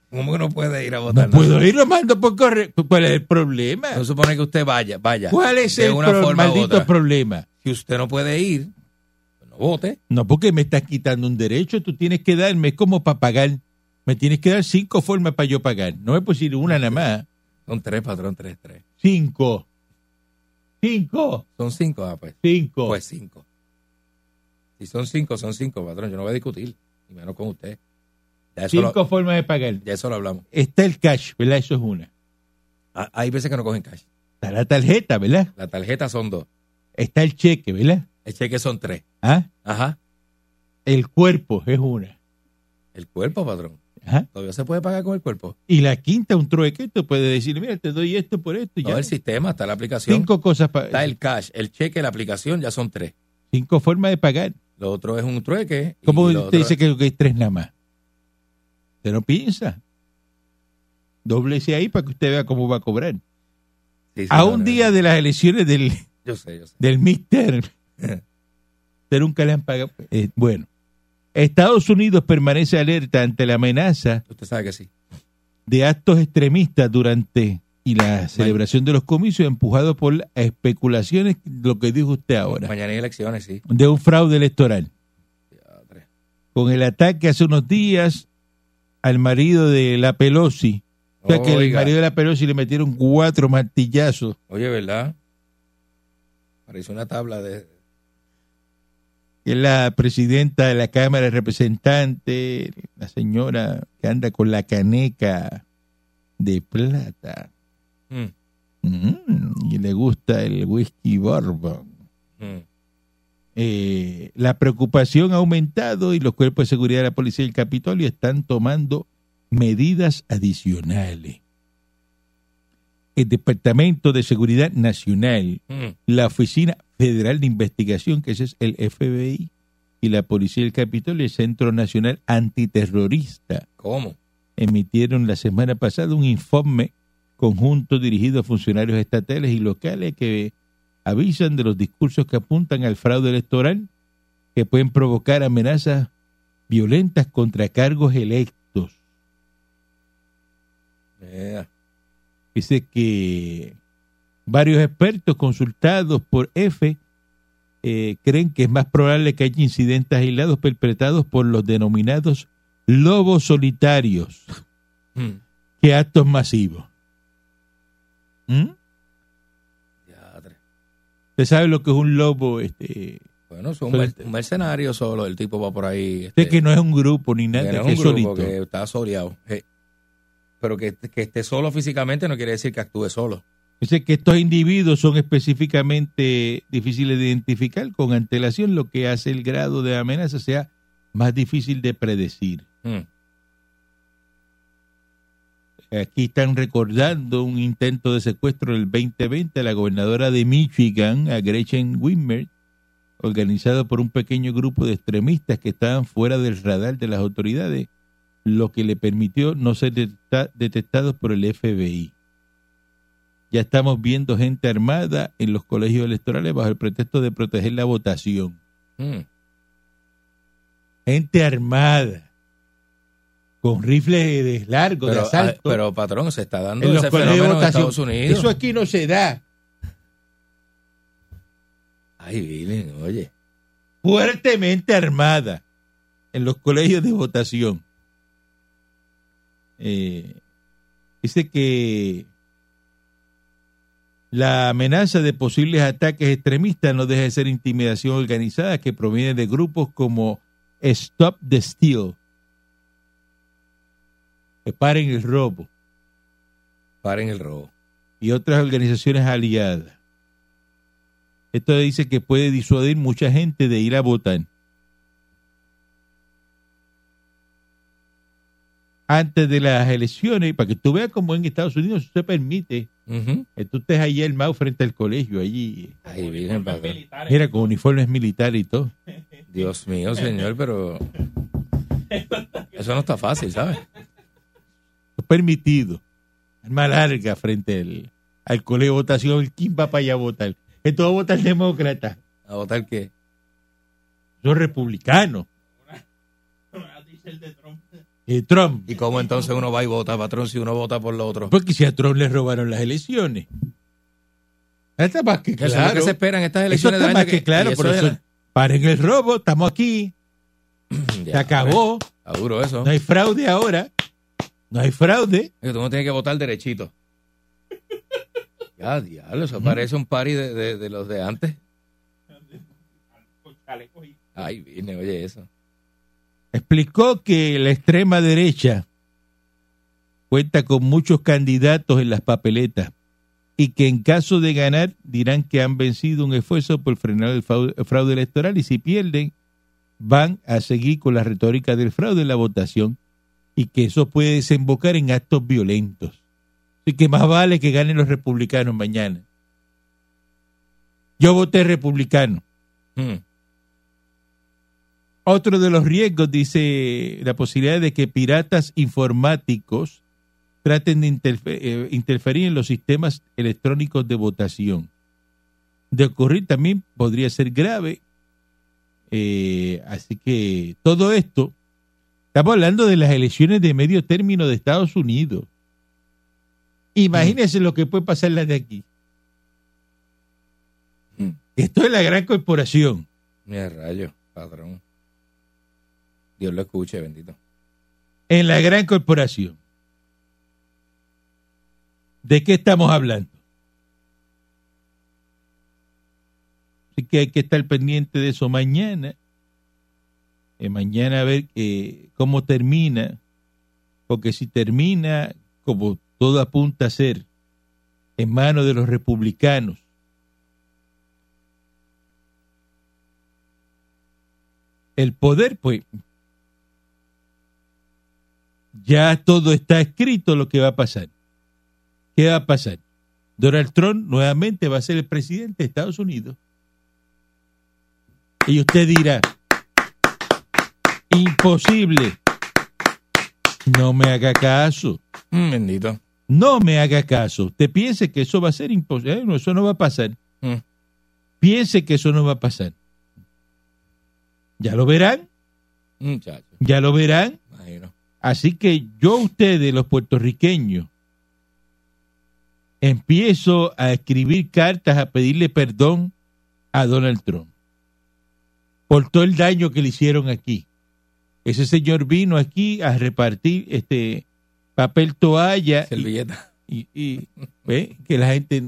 D: ¿Cómo que no puede ir a votar?
C: No puedo ir, lo mando por correo. ¿Cuál es el problema?
D: No supone que usted vaya, vaya.
C: ¿Cuál es
D: de
C: el
D: una
C: pro-
D: forma u
C: maldito
D: otra.
C: problema?
D: Si usted no puede ir, pues no vote.
C: No, porque me estás quitando un derecho, tú tienes que darme, es como para pagar. Me tienes que dar cinco formas para yo pagar. No es posible una nada más.
D: Son tres, patrón, tres, tres.
C: Cinco. Cinco.
D: Son cinco, ah, pues.
C: Cinco.
D: Pues cinco. Si son cinco, son cinco, patrón. Yo no voy a discutir, y menos con usted. Ya eso,
C: cinco
D: lo,
C: formas de pagar.
D: ya eso lo hablamos.
C: Está el cash, ¿verdad? Eso es una.
D: Ah, Hay veces que no cogen cash.
C: Está la tarjeta, ¿verdad?
D: La tarjeta son dos.
C: Está el cheque, ¿verdad?
D: El cheque son tres.
C: ¿Ah?
D: Ajá.
C: El cuerpo es una.
D: El cuerpo, patrón.
C: Ajá.
D: Todavía se puede pagar con el cuerpo.
C: Y la quinta, un trueque, tú puedes decir, mira, te doy esto por esto. y
D: No,
C: ya.
D: el sistema, está la aplicación.
C: cinco cosas
D: Está
C: para...
D: el cash, el cheque, la aplicación, ya son tres.
C: Cinco formas de pagar.
D: Lo otro es un trueque. y
C: ¿Cómo
D: lo
C: usted
D: otro-
C: dice que que hay tres nada más? Usted no piensa. Dóblese ahí para que usted vea cómo va a cobrar.
D: Sí, sí,
C: A
D: no,
C: un
D: no,
C: día
D: no.
C: de las elecciones del,
D: Yo sé, yo sé.
C: del
D: <laughs>
C: Mister, usted nunca le han pagado. Eh, bueno, Estados Unidos permanece alerta ante la amenaza
D: Usted sabe que sí.
C: de actos extremistas durante y la celebración de los comicios empujados por especulaciones, lo que dijo usted ahora,
D: Mañana hay elecciones, sí.
C: de un fraude electoral.
D: Ya, tres.
C: con el ataque hace unos días al marido de la Pelosi. O sea que el
D: Oiga.
C: marido de la Pelosi le metieron cuatro martillazos.
D: Oye, ¿verdad? Parece una tabla de...
C: que es la presidenta de la Cámara de Representantes, la señora que anda con la caneca de plata.
D: Mm,
C: Mm, y le gusta el whisky bourbon.
D: mm.
C: Eh, la preocupación ha aumentado y los cuerpos de seguridad de la policía del Capitolio están tomando medidas adicionales. El Departamento de Seguridad Nacional,
D: Mm.
C: la Oficina Federal de Investigación, que ese es el FBI, y la Policía del Capitolio, el Centro Nacional Antiterrorista,
D: ¿Cómo?
C: emitieron la semana pasada un informe conjunto dirigido a funcionarios estatales y locales que avisan de los discursos que apuntan al fraude electoral que pueden provocar amenazas violentas contra cargos electos.
D: Mira,
C: Dice que varios expertos consultados por F eh, creen que es más probable que haya incidentes aislados perpetrados por los denominados lobos solitarios
D: Mm.
C: que actos masivos. ¿Mm?
D: Diadre.
C: ¿Usted sabe lo que es un lobo? Este,
D: Bueno, es un, mer- un mercenario solo, el tipo va por ahí.
C: usted
D: este,
C: que no es un grupo ni nada,
D: que
C: que
D: no
C: es
D: es un
C: solito.
D: grupo, que está soleado. eh. Pero que, que esté solo físicamente no quiere decir que actúe solo.
C: Dice que estos individuos son específicamente difíciles de identificar con antelación, lo que hace el grado de amenaza sea más difícil de predecir.
D: Mm.
C: Aquí están recordando un intento de secuestro del 2020 a la gobernadora de Michigan, a Gretchen Whitmer, organizado por un pequeño grupo de extremistas que estaban fuera del radar de las autoridades, lo que le permitió no ser detecta- detectados por el FBI. Ya estamos viendo gente armada en los colegios electorales bajo el pretexto de proteger la votación.
D: Mm.
C: Gente armada, con rifles de largo, de
D: Pero, ah,
C: asalto.
D: pero, patrón, se está dando
C: en los
D: ese
C: colegios de
D: fenómeno en
C: votación.
D: Estados Unidos.
C: Eso aquí no se da.
D: Ay, Billy, oye.
C: fuertemente armada en los colegios de votación. Eh, dice que la amenaza de posibles ataques extremistas no deja de ser intimidación organizada que proviene de grupos como Stop the Steal, que paren el robo,
D: Paren el robo.
C: y otras organizaciones aliadas. Esto dice que puede disuadir mucha gente de ir a votar. Antes de las elecciones, para que tú veas cómo en Estados Unidos se permite
D: Ujú.
C: que tú estés allí el mao frente al colegio, allí,
D: Ay, Virgen, patrón.
E: Militares.
C: mira, con uniformes militares y todo.
D: Dios mío, señor, pero. Eso no está fácil, ¿sabes?
C: Es permitido. Arma larga frente al, al colegio de votación. ¿Quién va para allá a votar? Esto va a votar demócrata.
D: A votar que.
C: Son republicanos. Y Trump.
D: ¿Y cómo entonces uno va y vota, patrón, si uno vota por lo otro?
C: Porque si a Trump le robaron las elecciones. Está más que
D: Eso es lo
C: claro.
D: que se espera en estas
C: Eso
D: elecciones. de
C: está
D: la
C: más
D: gente
C: que claro.
D: y
C: Por eso,
D: es
C: paren el robo, estamos aquí,
D: la-
C: se
D: Ya,
C: acabó.
D: Está duro eso.
C: No hay fraude ahora. No hay fraude.
D: Digo, Tú no tienes que votar derechito. Ya, diablo, eso parece un party de, de- de los de antes. Ay, vine, oye, eso.
C: Explicó que la extrema derecha cuenta con muchos candidatos en las papeletas y que en caso de ganar dirán que han vencido un esfuerzo por frenar el fau- el fraude electoral y si pierden van a seguir con la retórica del fraude en la votación y que eso puede desembocar en actos violentos. Así que más vale que ganen los republicanos mañana. Yo voté republicano.
D: Mm.
C: Otro de los riesgos, dice la posibilidad de que piratas informáticos traten de interfe- eh, interferir en los sistemas electrónicos de votación. De ocurrir también podría ser grave. Eh, así que todo esto, estamos hablando de las elecciones de medio término de Estados Unidos. Imagínense lo que puede pasar las de aquí.
D: Mm.
C: Esto es la gran corporación.
D: Mira, rayo, patrón. Dios lo escuche, bendito.
C: en la gran corporación. ¿De qué estamos hablando? Así que hay que estar pendiente de eso mañana. Eh, mañana a ver eh, cómo termina. Porque si termina, como todo apunta a ser, en manos de los republicanos, el poder, pues, ya todo está escrito lo que va a pasar. ¿Qué va a pasar? Donald Trump nuevamente va a ser el presidente de Estados Unidos. Y usted dirá, imposible. No me haga caso.
D: Mm, bendito.
C: No me haga caso. Usted piense que eso va a ser imposible. No, eso no va a pasar.
D: Mm.
C: Piense que eso no va a pasar. Ya lo verán,
D: Muchacho,
C: ya lo verán.
D: imagino.
C: Así que yo a ustedes, los puertorriqueños, empiezo a escribir cartas a pedirle perdón a Donald Trump por todo el daño que le hicieron aquí. Ese señor vino aquí a repartir este papel toalla Eh, y-
D: Servilleta.
C: y, y, ¿ve? que la gente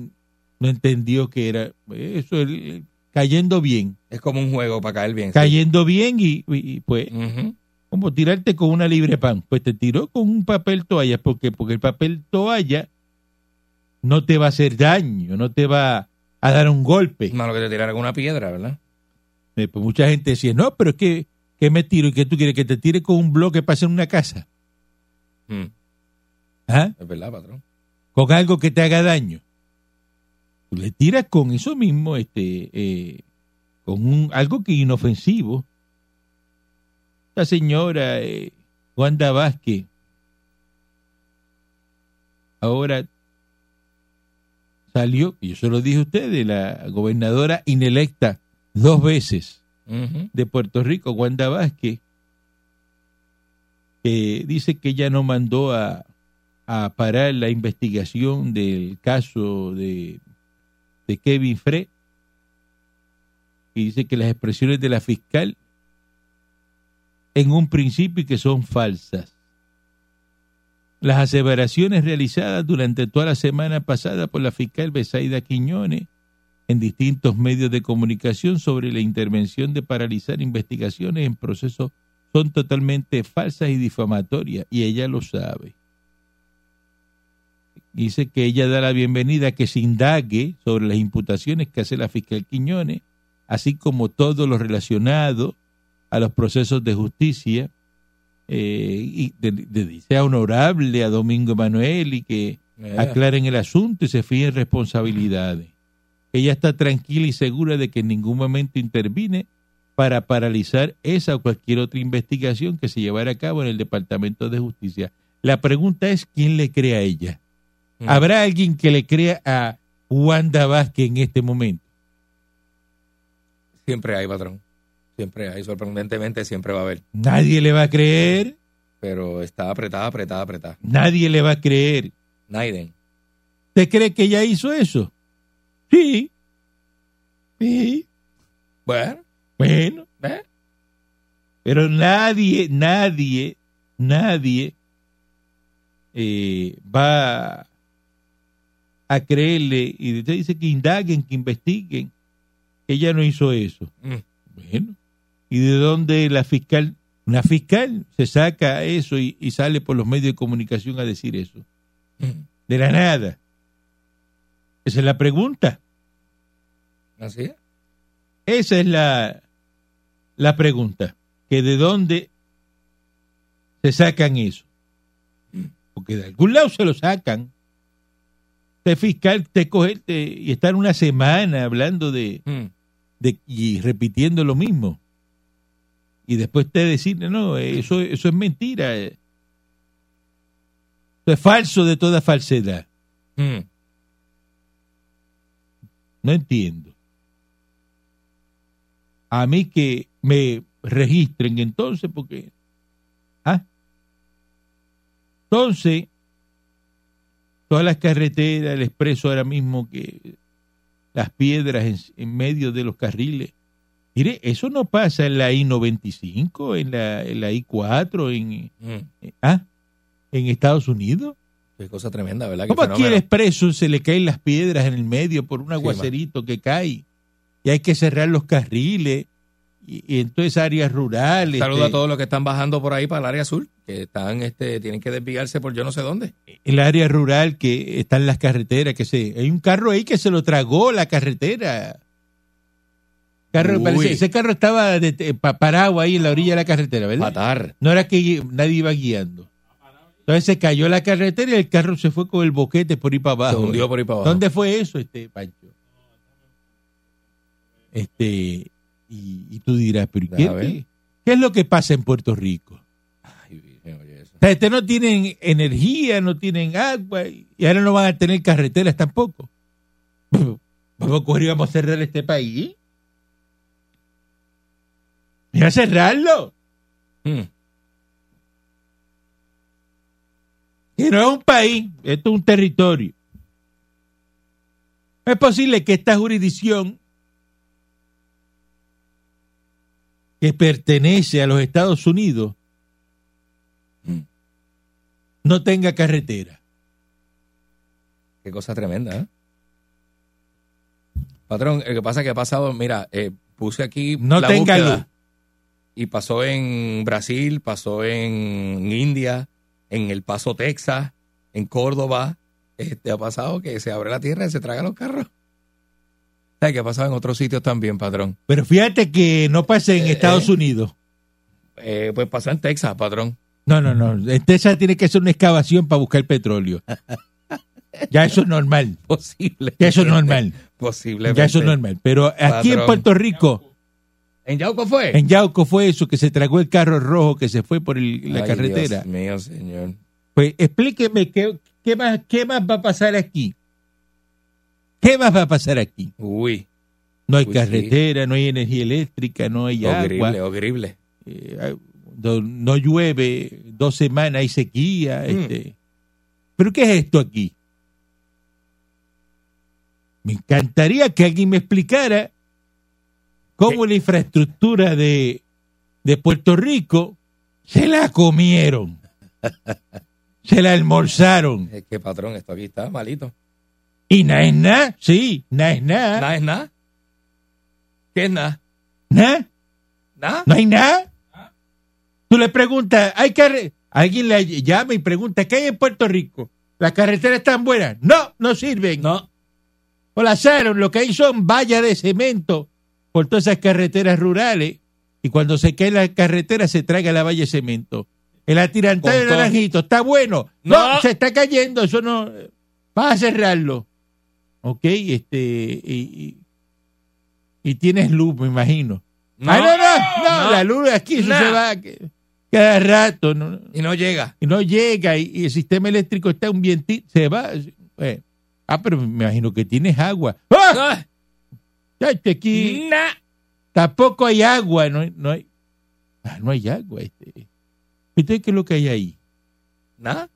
C: no entendió que era ¿ve? eso el- cayendo bien
D: Es como un juego para caer bien. sí.
C: cayendo bien y, y, pues
D: Ujú.
C: como tirarte con una libre pan pues te tiró con un papel toalla porque porque el papel toalla no te va a hacer daño no te va a dar un golpe
D: Malo que te tiraran una piedra, ¿verdad?
C: Eh, pues mucha gente decía no pero es que que me tiro y que tú quieres que te tire con un bloque para hacer una casa
D: Mm,
C: ¿Ah?
D: Es verdad, patrón.
C: con algo que te haga daño. Tú le tiras con eso mismo, este, eh, con un, algo que inofensivo. Esta señora eh, Wanda Vázquez, ahora salió, y yo se lo dije a ustedes, la gobernadora inelecta dos veces
D: Ujú.
C: de Puerto Rico, Wanda Vázquez, que dice que ella no mandó a, a parar la investigación del caso de, de Kevin Frey, y dice que las expresiones de la fiscal en un principio y que son falsas. Las aseveraciones realizadas durante toda la semana pasada por la fiscal Besaida Quiñones en distintos medios de comunicación sobre la intervención de paralizar investigaciones en procesos son totalmente falsas y difamatorias, y ella lo sabe. Dice que ella da la bienvenida a que se indague sobre las imputaciones que hace la fiscal Quiñones, así como todo lo relacionado a los procesos de justicia, eh, y de- de- dice a honorable a Domingo Manuel y que
D: Eh,
C: aclaren el asunto y se fíen responsabilidades. Ella está tranquila y segura de que en ningún momento intervine para paralizar esa o cualquier otra investigación que se llevara a cabo en el Departamento de Justicia. La pregunta es, ¿quién le cree a ella?
D: Mm.
C: ¿Habrá alguien que le crea a Wanda Vázquez en este momento?
D: Siempre hay, patrón. Siempre hay. Sorprendentemente siempre va a haber.
C: Nadie le va a creer,
D: Pero está apretada, apretada, apretada.
C: nadie le va a creer.
D: Naiden.
C: ¿Usted cree que ella hizo eso? Sí. Sí.
D: Bueno,
C: Bueno.
D: ¿eh?
C: Pero nadie, nadie, nadie eh, va a creerle. Y usted dice que indaguen, que investiguen. Ella no hizo eso.
D: Mm.
C: Bueno. ¿Y de dónde la fiscal, una fiscal, se saca eso y, y sale por los medios de comunicación a decir eso?
D: Mm.
C: De la nada. Esa es la pregunta.
D: Así es.
C: Esa es la, la pregunta. Que de dónde se sacan eso. Porque de algún lado se lo sacan. Este fiscal te coge te- y estar una semana hablando de,
D: Mm.
C: de- y repitiendo lo mismo. Y después te decir, no, eh, eso, eso es mentira. eh. Eso es falso de toda falsedad.
D: Mm.
C: No entiendo. A mí que me registren entonces, porque. ¿Ah? Entonces, todas las carreteras, el expreso ahora mismo, que las piedras en, en medio de los carriles. Mire, eso no pasa en la I-95, en la, en la I-4, en,
D: Mm.
C: ¿ah? en Estados Unidos.
D: Qué cosa tremenda, ¿verdad? Qué
C: ¿Cómo aquí el
D: fenómeno.
C: expreso se le caen las piedras en el medio por un aguacerito que cae? Y hay que cerrar los carriles. Y, y entonces áreas rurales.
D: Saludo a
C: este,
D: todos los que están bajando por ahí para el área azul, que están, este, tienen que desviarse por yo no sé dónde.
C: El área rural que están las carreteras. que se Hay un carro ahí que se lo tragó la carretera. Carro,
D: Uy.
C: parece- ese carro estaba de- de- pa- parado ahí en la orilla de la carretera, ¿verdad?
D: Matar.
C: No era que nadie iba guiando. Entonces se cayó la carretera y el carro se fue con el boquete por ahí para
D: Se
C: abajo.
D: hundió por ahí para abajo.
C: ¿Dónde fue eso, este Pancho? Este, y, y tú dirás, pero ¿y ¿qué,
D: A ver.
C: qué, qué es lo que pasa en Puerto Rico?
D: Ay, Virgen, oye eso.
C: O sea, este, no tienen energía, no tienen agua, y y ahora no van a tener carreteras tampoco. <laughs> Vamos a coger y vamos a cerrar este país. Mira, cerrarlo.
D: Mm.
C: Que no es un país, esto es un territorio. Es posible que esta jurisdicción que pertenece a los Estados Unidos
D: Mm.
C: no tenga carretera.
D: Qué cosa tremenda, ¿eh? Patrón, lo que pasa es que ha pasado, mira, eh, puse aquí
C: No
D: la
C: tenga
D: búsqueda
C: luz.
D: y pasó en Brasil, pasó en India, en El Paso, Texas, en Córdoba. Este, ha pasado que se abre la tierra y se traga los carros. ¿Sabes que ha pasado en otros sitios también, patrón?
C: Pero fíjate que no pasa en
D: Eh,
C: Estados Unidos.
D: Eh, pues pasó en Texas, patrón. <laughs>
C: No, no, no. En Texas tiene que hacer una excavación para buscar petróleo. Ya eso es normal.
D: Posible.
C: Ya eso
D: <laughs>
C: es normal.
D: Posible.
C: Ya eso es normal. Pero aquí en
D: Patrón.
C: Puerto Rico,
D: ¿En Yauco fue?
C: en Yauco fue eso, que se tragó el carro rojo que se fue por el- la
D: Ay,
C: carretera.
D: Dios mío, señor.
C: Pues explíqueme qué, qué, más, qué más va a pasar aquí. ¿Qué más va a pasar aquí?
D: Uy,
C: No hay
D: Uy, Pues sí.
C: carretera, no hay energía eléctrica, no hay
D: horrible,
C: agua,
D: horrible.
C: eh, hay- no, no llueve, dos semanas hay sequía. Este. ¿Pero qué es esto aquí? Me encantaría que alguien me explicara cómo la infraestructura de, de Puerto Rico se la comieron, se la almorzaron.
D: Es que, patrón, esto aquí está malito.
C: Y na es na, sí, na es na,
D: Nada es nada. ¿Qué es nada?
C: na,
D: ¿Nada?
C: no hay na. Tú le preguntas, hay carre- alguien le llama y pregunta, ¿qué hay en Puerto Rico? ¿Las carreteras están buenas? No, no sirven. No. O la asaron, lo que hay son vallas de cemento por todas esas carreteras rurales. Y cuando se cae la carretera, se traga la valla de cemento. El atirantado de
D: Con todo.
C: naranjito, ¿está bueno? No.
D: No.
C: se está cayendo, eso no... Vas a cerrarlo. ¿Ok? Este... Y, y- y tienes luz, me imagino.
D: No.
C: Ay, Ah, no, no, no,
D: No.
C: la luz aquí eso
D: No.
C: se va que- cada rato no,
D: Y no llega.
C: y no llega y, y el sistema eléctrico está un vientito, se va. eh, ah, pero me imagino que tienes agua. ¡Ah!
D: Ah,
C: Chacho, aquí
D: na.
C: tampoco hay agua, no, hay- no hay ah, no hay agua. Este. ¿Viste qué es lo que hay ahí?
D: ¿Nada?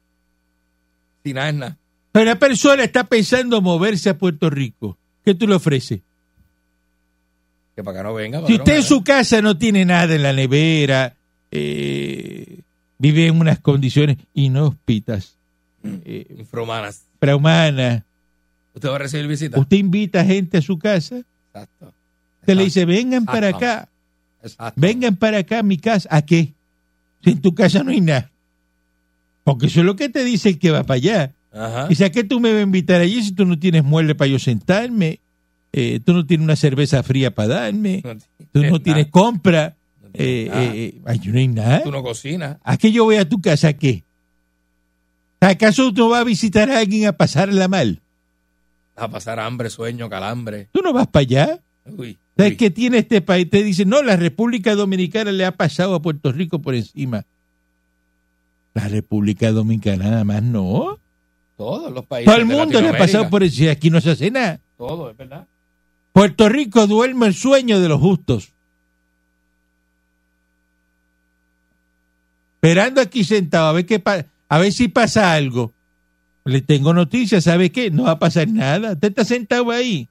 D: Si nada es nada.
C: Pero la persona está pensando moverse a Puerto Rico. ¿Qué tú le ofreces?
D: Que para acá no venga,
C: Si
D: patrón.
C: usted en
D: ¿verdad?
C: su casa no tiene nada en la nevera, eh, vive en unas condiciones inhóspitas, eh,
D: Infrahumanas.
C: infrahumanas,
D: Usted va a recibir visita.
C: usted invita gente a su casa,
D: Exacto.
C: usted le dice, vengan
D: Ah,
C: para
D: ah.
C: acá,
D: Exacto.
C: vengan para acá a mi casa. ¿A qué? Si en tu casa no hay nada. Porque eso es lo que te dice el que va para allá.
D: Ajá.
C: Dice, ¿a qué tú me vas a invitar allí si tú no tienes mueble para yo sentarme? Eh, tú no tienes una cerveza fría para darme, tú no
D: Eh, nada.
C: tienes compra,
D: No
C: eh,
D: tienes nada.
C: eh, eh, ay, no hay nada.
D: Tú no cocinas.
C: ¿A qué yo voy a tu casa? ¿A qué? ¿Acaso tú vas a visitar a alguien a pasarla mal?
D: Vas a pasar hambre, sueño, calambre.
C: ¿Tú no vas para allá?
D: Uy.
C: ¿Sabes
D: uy.
C: qué tiene este país? Te dicen, no, la República Dominicana le ha pasado a Puerto Rico por encima. La República Dominicana nada más no.
D: Todos los países.
C: Todo el
D: de
C: mundo le ha pasado
D: Latinoamérica.
C: por encima. Aquí no se hace nada.
D: Todo, es verdad.
C: Puerto Rico duerme el sueño de los justos. Esperando aquí sentado a ver qué pa- a ver si pasa algo. Le tengo noticias, ¿sabe qué? No va a pasar nada. Usted está sentado ahí.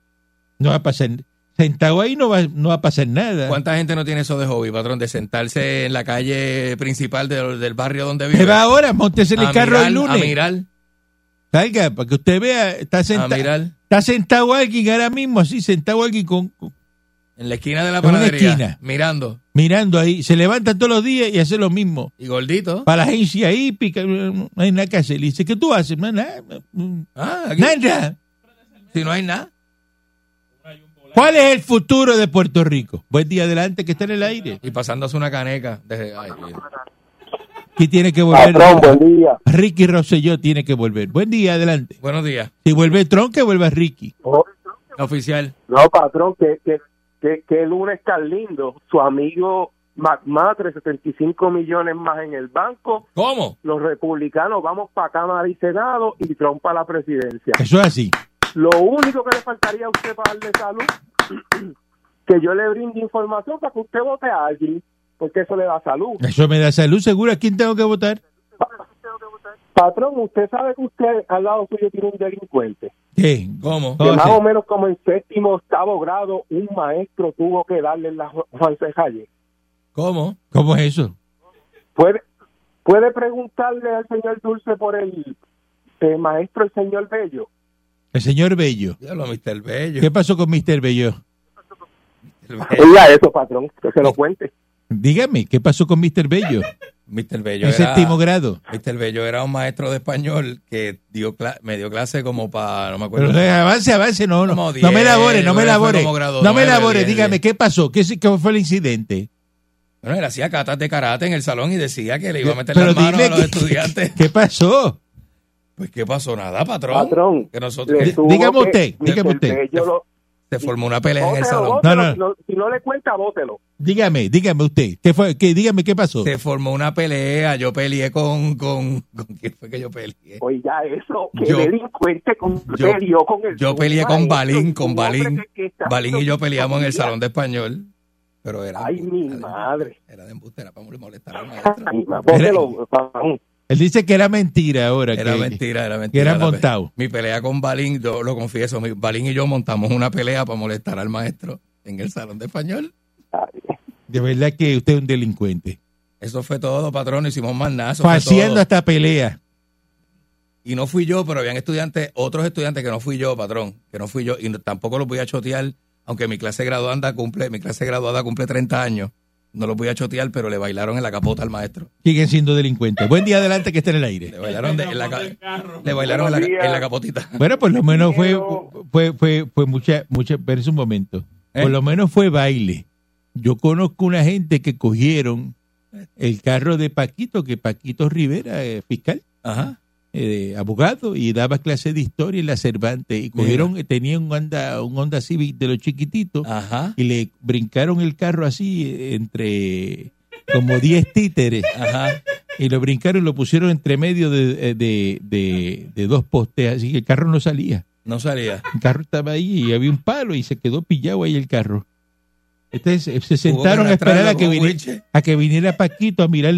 C: No va a pasar sentado ahí no va, no va a pasar nada.
D: ¿Cuánta gente no tiene eso de hobby, patrón? De sentarse en la calle principal del, del barrio donde vive.
C: Se va ahora, montese en el
D: A
C: carro
D: mirar,
C: el
D: A
C: lunes.
D: mirar,
C: Salga, para que usted vea, está,
D: a
C: senta-
D: mirar.
C: está sentado alguien ahora mismo, así, sentado alguien con, con-
D: En la esquina de la
C: En una
D: panadería.
C: esquina.
D: Mirando.
C: mirando ahí. Se levanta todos los días y hace lo mismo.
D: Y gordito.
C: para la agencia hípica, no hay nada que hacer. Le dice, ¿qué tú haces? No, Nada, no,
D: Ah, aquí,
C: nada.
D: Si no hay nada.
C: ¿Cuál es el futuro de Puerto Rico? Buen día adelante, que está en el aire.
D: Y pasándose una caneca. desde- ay, Dios.
C: ¿Quién tiene que volver?
F: Patrón, buen día.
C: Ricky Rosselló tiene que volver. Buen día adelante.
D: buenos días,
C: Si vuelve Tron, que vuelva Ricky.
F: Oh,
D: oficial.
F: no, patrón, que, que, que, que lunes tan lindo. Su amigo McMatre, 75 millones más en el banco.
D: ¿Cómo?
F: Los republicanos vamos para Cámara y Senado y Trump para la presidencia.
C: Eso es así.
F: Lo único que le faltaría a usted para darle salud, <clears throat> que yo le brinde información para que usted vote a alguien, porque eso le da salud.
C: Eso me da salud segura. ¿A quién tengo que votar?
F: Patrón, usted sabe que usted al lado suyo tiene un delincuente.
C: ¿Qué?
D: ¿Cómo?
F: Que
C: ¿Cómo
F: más
C: se-
F: o menos como en séptimo, octavo grado, un maestro tuvo que darle la Ju- Juan C. Jalle.
D: ¿Cómo?
C: ¿Cómo es eso?
F: ¿Puede, puede preguntarle al señor Dulce por el eh, maestro, el señor Bello.
C: El señor Bello.
D: Diablo, Mr. Bello.
C: ¿Qué pasó con Mr. Bello?
D: Mr. Bello.
F: Oiga eso, patrón, que se lo cuente.
C: Dígame, ¿qué pasó con Mr. Bello?
D: Mr. Bello
C: En
D: era-
C: séptimo grado.
D: Mr. Bello era un maestro de español que dio cla- me dio clase como para, no me acuerdo.
C: Pero eh, avance, avance, no, no.
D: Como
C: no me
D: diez,
C: elabore, no me
D: bueno, fue
C: elabore.
D: como grado
C: No me
D: nueve,
C: elabore,
D: diez,
C: dígame,
D: diez.
C: ¿qué pasó? ¿Qué, se- qué fue el incidente?
D: Bueno, él hacía catas de karate en el salón y decía que le iba a meter
C: Pero
D: las manos
C: dile
D: a los
C: que-
D: estudiantes. <laughs>
C: <laughs> ¿Qué pasó?
D: Pues, ¿qué pasó? Nada, patrón.
F: Patrón,
D: Que nosotros
F: le
D: que
F: tuvo
C: dígame
F: que-
C: usted, dígame
F: Mr.
C: usted.
F: Bello lo-
D: se formó una pelea en el
F: bótelo,
D: salón.
F: bótelo,
C: No, no.
F: Si, no, si no le cuenta, bótelo.
C: Dígame, dígame usted. ¿Qué fue? ¿Qué, dígame, ¿qué pasó?
D: Se formó una pelea. Yo peleé con. con, con ¿Quién fue que yo peleé?
F: Oiga, eso, que
D: Yo-
F: delincuente con,
D: yo-
F: se dio con el.
D: Yo peleé
F: un
D: con
F: maestro,
D: Balín,
F: un
D: con
F: hombre
D: Balín.
F: que- que está-
D: Balín y yo peleamos en el salón de español. Pero era.
F: Ay, mi
D: era de-
F: madre.
D: Era de embustera para molestar al maestro.
F: Ay, ma, bótelo, patrón.
C: Él dice que era mentira ahora. <laughs>
D: Era
C: que-
D: mentira, era mentira.
C: que era
D: La pe-
C: montado.
D: Mi pelea con Balín, yo lo confieso, mi- Balín y yo montamos una pelea para molestar al maestro en el salón de español.
C: De verdad que usted es un delincuente.
D: Eso fue todo, patrón, no hicimos más nada. eso
C: Fue
D: fue
C: haciendo
D: todo.
C: hasta pelea.
D: Y no fui yo, pero habían estudiantes, otros estudiantes que no fui yo, patrón, que no fui yo, y no- tampoco los voy a chotear, aunque mi clase graduanda cumple, mi clase graduada cumple 30 años. No los voy a chotear, pero le bailaron en la capota al maestro.
C: Siguen siendo delincuentes. Buen día adelante que esté en el aire.
D: Le bailaron de- en la, ca- le bailaron en la,
F: Buenos días.
D: en la capotita.
C: Bueno, por lo menos fue,
F: Pero-
C: fue, fue, fue mucha, mucha, pero es un momento.
D: ¿Eh?
C: Por lo menos fue baile. Yo conozco una gente que cogieron el carro de Paquito, que Paquito Rivera, eh, fiscal,
D: Ajá.
C: eh, abogado, y daba clase de historia en la Cervantes. Y cogieron, tenía un Honda, un Honda Civic de los chiquititos,
D: Ajá.
C: y le brincaron el carro así eh, entre como 10 títeres.
D: Ajá.
C: Y lo brincaron y lo pusieron entre medio de, eh, de- de- de dos postes, así que el carro no salía.
D: No salía.
C: El carro estaba ahí y había un palo y se quedó pillado ahí el carro. Entonces eh, se
D: Hubo que
C: sentaron a esperar
D: arrastrarlo
C: a que,
D: con
C: viniera,
D: winche.
C: a que viniera Paquito a mirar,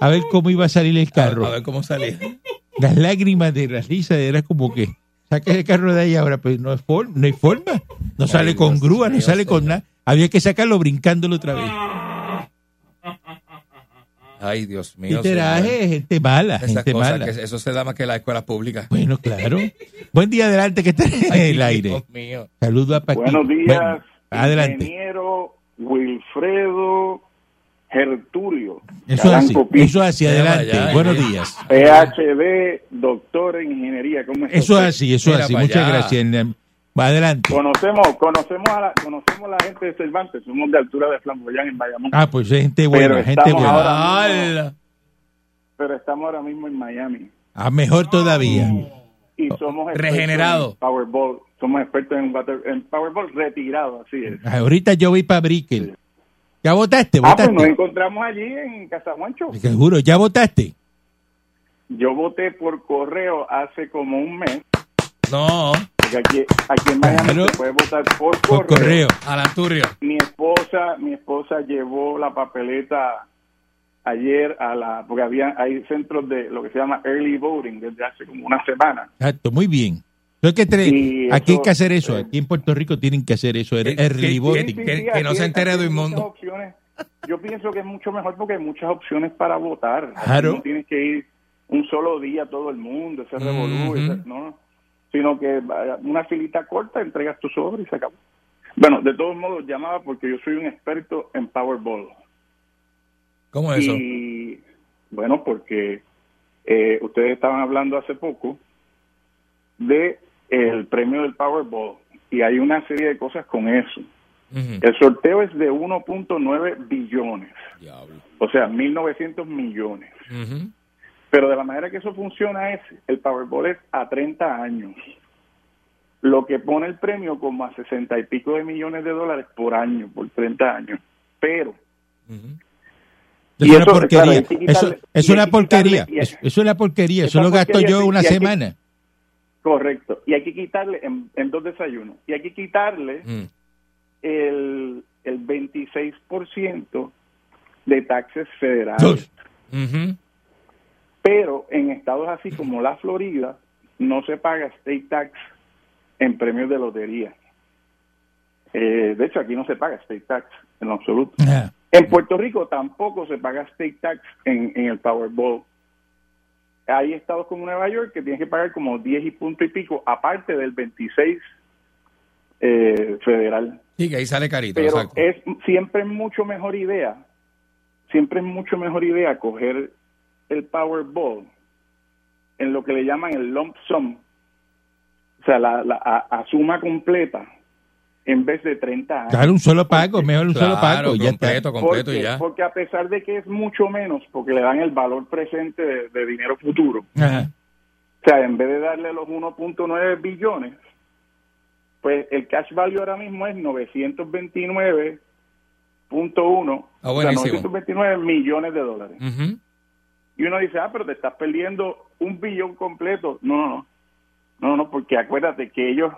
C: a ver cómo iba a salir el
D: A ver-
C: carro.
D: a ver cómo salía.
C: Las lágrimas de las risas era como que, saca el carro de ahí ahora, pues no, es forma, no hay forma. No sale con
D: Dios
C: grúa, no
D: mío,
C: sale con
D: señor.
C: nada. Había que sacarlo brincándolo otra vez.
D: Ay, Dios mío. señor.
C: Literaje, Este gente mala,
D: Esas
C: gente
D: cosas,
C: mala.
D: que eso se da más que en las escuelas públicas.
C: Bueno, claro. Buen día adelante que está en
D: Ay,
C: el aire.
D: Dios mío.
C: Saludo a Paquito.
H: Buenos días,
C: Bueno, adelante.
H: ingeniero Wilfredo Gertulio.
C: Eso es así.
H: Calanco Pi,
C: Eso es así, adelante.
D: Vaya, eh.
C: Buenos
D: ingeniero.
C: días.
H: PhD, doctor en ingeniería. ¿Cómo está
C: Eso es
H: usted?
C: así, eso es
D: Mira
C: así.
D: para
C: Muchas
D: allá.
C: gracias. Nen. Adelante.
H: Conocemos, conocemos, a la, conocemos a la gente de Cervantes, somos de altura de Flamboyán en Bayamón,
C: Ah, pues es gente buena,
H: Pero
C: gente
H: estamos
C: buena.
H: ahora-
D: ¡Ala!
H: pero estamos ahora mismo en Miami.
C: Ah, mejor todavía.
H: Y
C: Oh,
H: somos expertos
D: Regenerado.
H: en Powerball, somos expertos en, water- en Powerball retirado, así es.
C: Ahorita yo voy para Brickell. ¿Ya votaste?
H: Ah, pues nos
C: ¿Votaste?
H: encontramos allí en Casa Juancho.
C: Te juro, ¿ya votaste?
H: Yo voté por correo hace como un mes,
D: No,
H: porque aquí, aquí en Miami
C: Claro.
H: se puede votar por
C: Por correo.
H: correo.
D: Alanturrio.
H: mi esposa mi esposa llevó la papeleta ayer a la porque había hay centros de lo que se llama early voting desde hace como una semana
C: Exacto, muy bien. Entonces, ¿qué te-
H: Y
C: aquí hay
H: eso,
C: que hacer eso.
H: eh,
C: Aquí en Puerto Rico tienen que hacer eso. El,
D: ¿Qué-
C: el
D: qué-
C: rebote.
D: qué- que- que no se
H: aquí-
D: entere
H: aquí hay
D: Edmundo.
H: muchas opciones. yo pienso que es mucho mejor porque hay muchas opciones para votar Aquí
C: Claro.
H: no tienes que ir un solo día todo el mundo ese revolú
D: Ujú.
H: ese- no sino que vaya, una filita corta entregas tu sobre y se acabó bueno de todos modos llamaba porque yo soy un experto en Powerball
D: ¿Cómo es eso?
H: Y bueno, porque eh, ustedes estaban hablando hace poco de el premio del Powerball y hay una serie de cosas con eso.
D: Ujú.
H: El sorteo es de 1.9 billones,
D: Diablo.
H: o sea, 1.900 millones.
D: Ujú.
H: Pero de la manera que eso funciona es, el Powerball es a 30 años, lo que pone el premio como a 60 y pico de millones de dólares por año, por 30 años. Pero
D: Ujú.
C: Es
H: Y
C: una
H: eso, claro,
C: porquería.
H: hay que
C: Eso
H: quitarle-
C: es
H: y hay
C: una
H: que
C: porquería.
H: quitarle- y hay-
C: Eso eso es una porquería. Eso
H: Esa
C: lo gasto
H: porquería
C: yo
H: sí,
C: una
H: y hay que-
C: semana.
H: Correcto. Y hay que quitarle en, en dos desayunos. Y hay que quitarle
D: Ujú.
H: el, el 26% de taxes federales.
C: Uf.
D: Ujú.
H: Pero en estados así como la Florida no se paga state tax en premios de lotería. Eh, de hecho, aquí no se paga state tax en lo absoluto.
C: Ajá.
H: En Puerto Rico tampoco se paga state tax en, en el Powerball. Hay estados como Nueva York que tienes que pagar como 10 y punto y pico, aparte del 26 eh, federal.
D: Sí, que ahí sale carito.
H: Pero
D: exacto.
H: es siempre es mucho mejor idea, siempre es mucho mejor idea coger el Powerball en lo que le llaman el lump sum, o sea, la, la- a, a suma completa, en vez de 30 años.
C: Claro, un solo pago, mejor un solo
D: Claro,
C: pago. Ya está.
D: completo, completo
H: porque,
D: y ya.
H: porque a pesar de que es mucho menos, porque le dan el valor presente de, de dinero futuro,
C: Ajá.
H: o sea, en vez de darle los 1.9 billones, pues el cash value ahora mismo es 929.1,
D: Ah,
H: o sea,
D: buenísimo. Mm.
H: 929 millones de dólares.
D: Ujú.
H: Y uno dice, ah, pero te estás perdiendo un billón completo. No, no, no. No, no, porque acuérdate que ellos,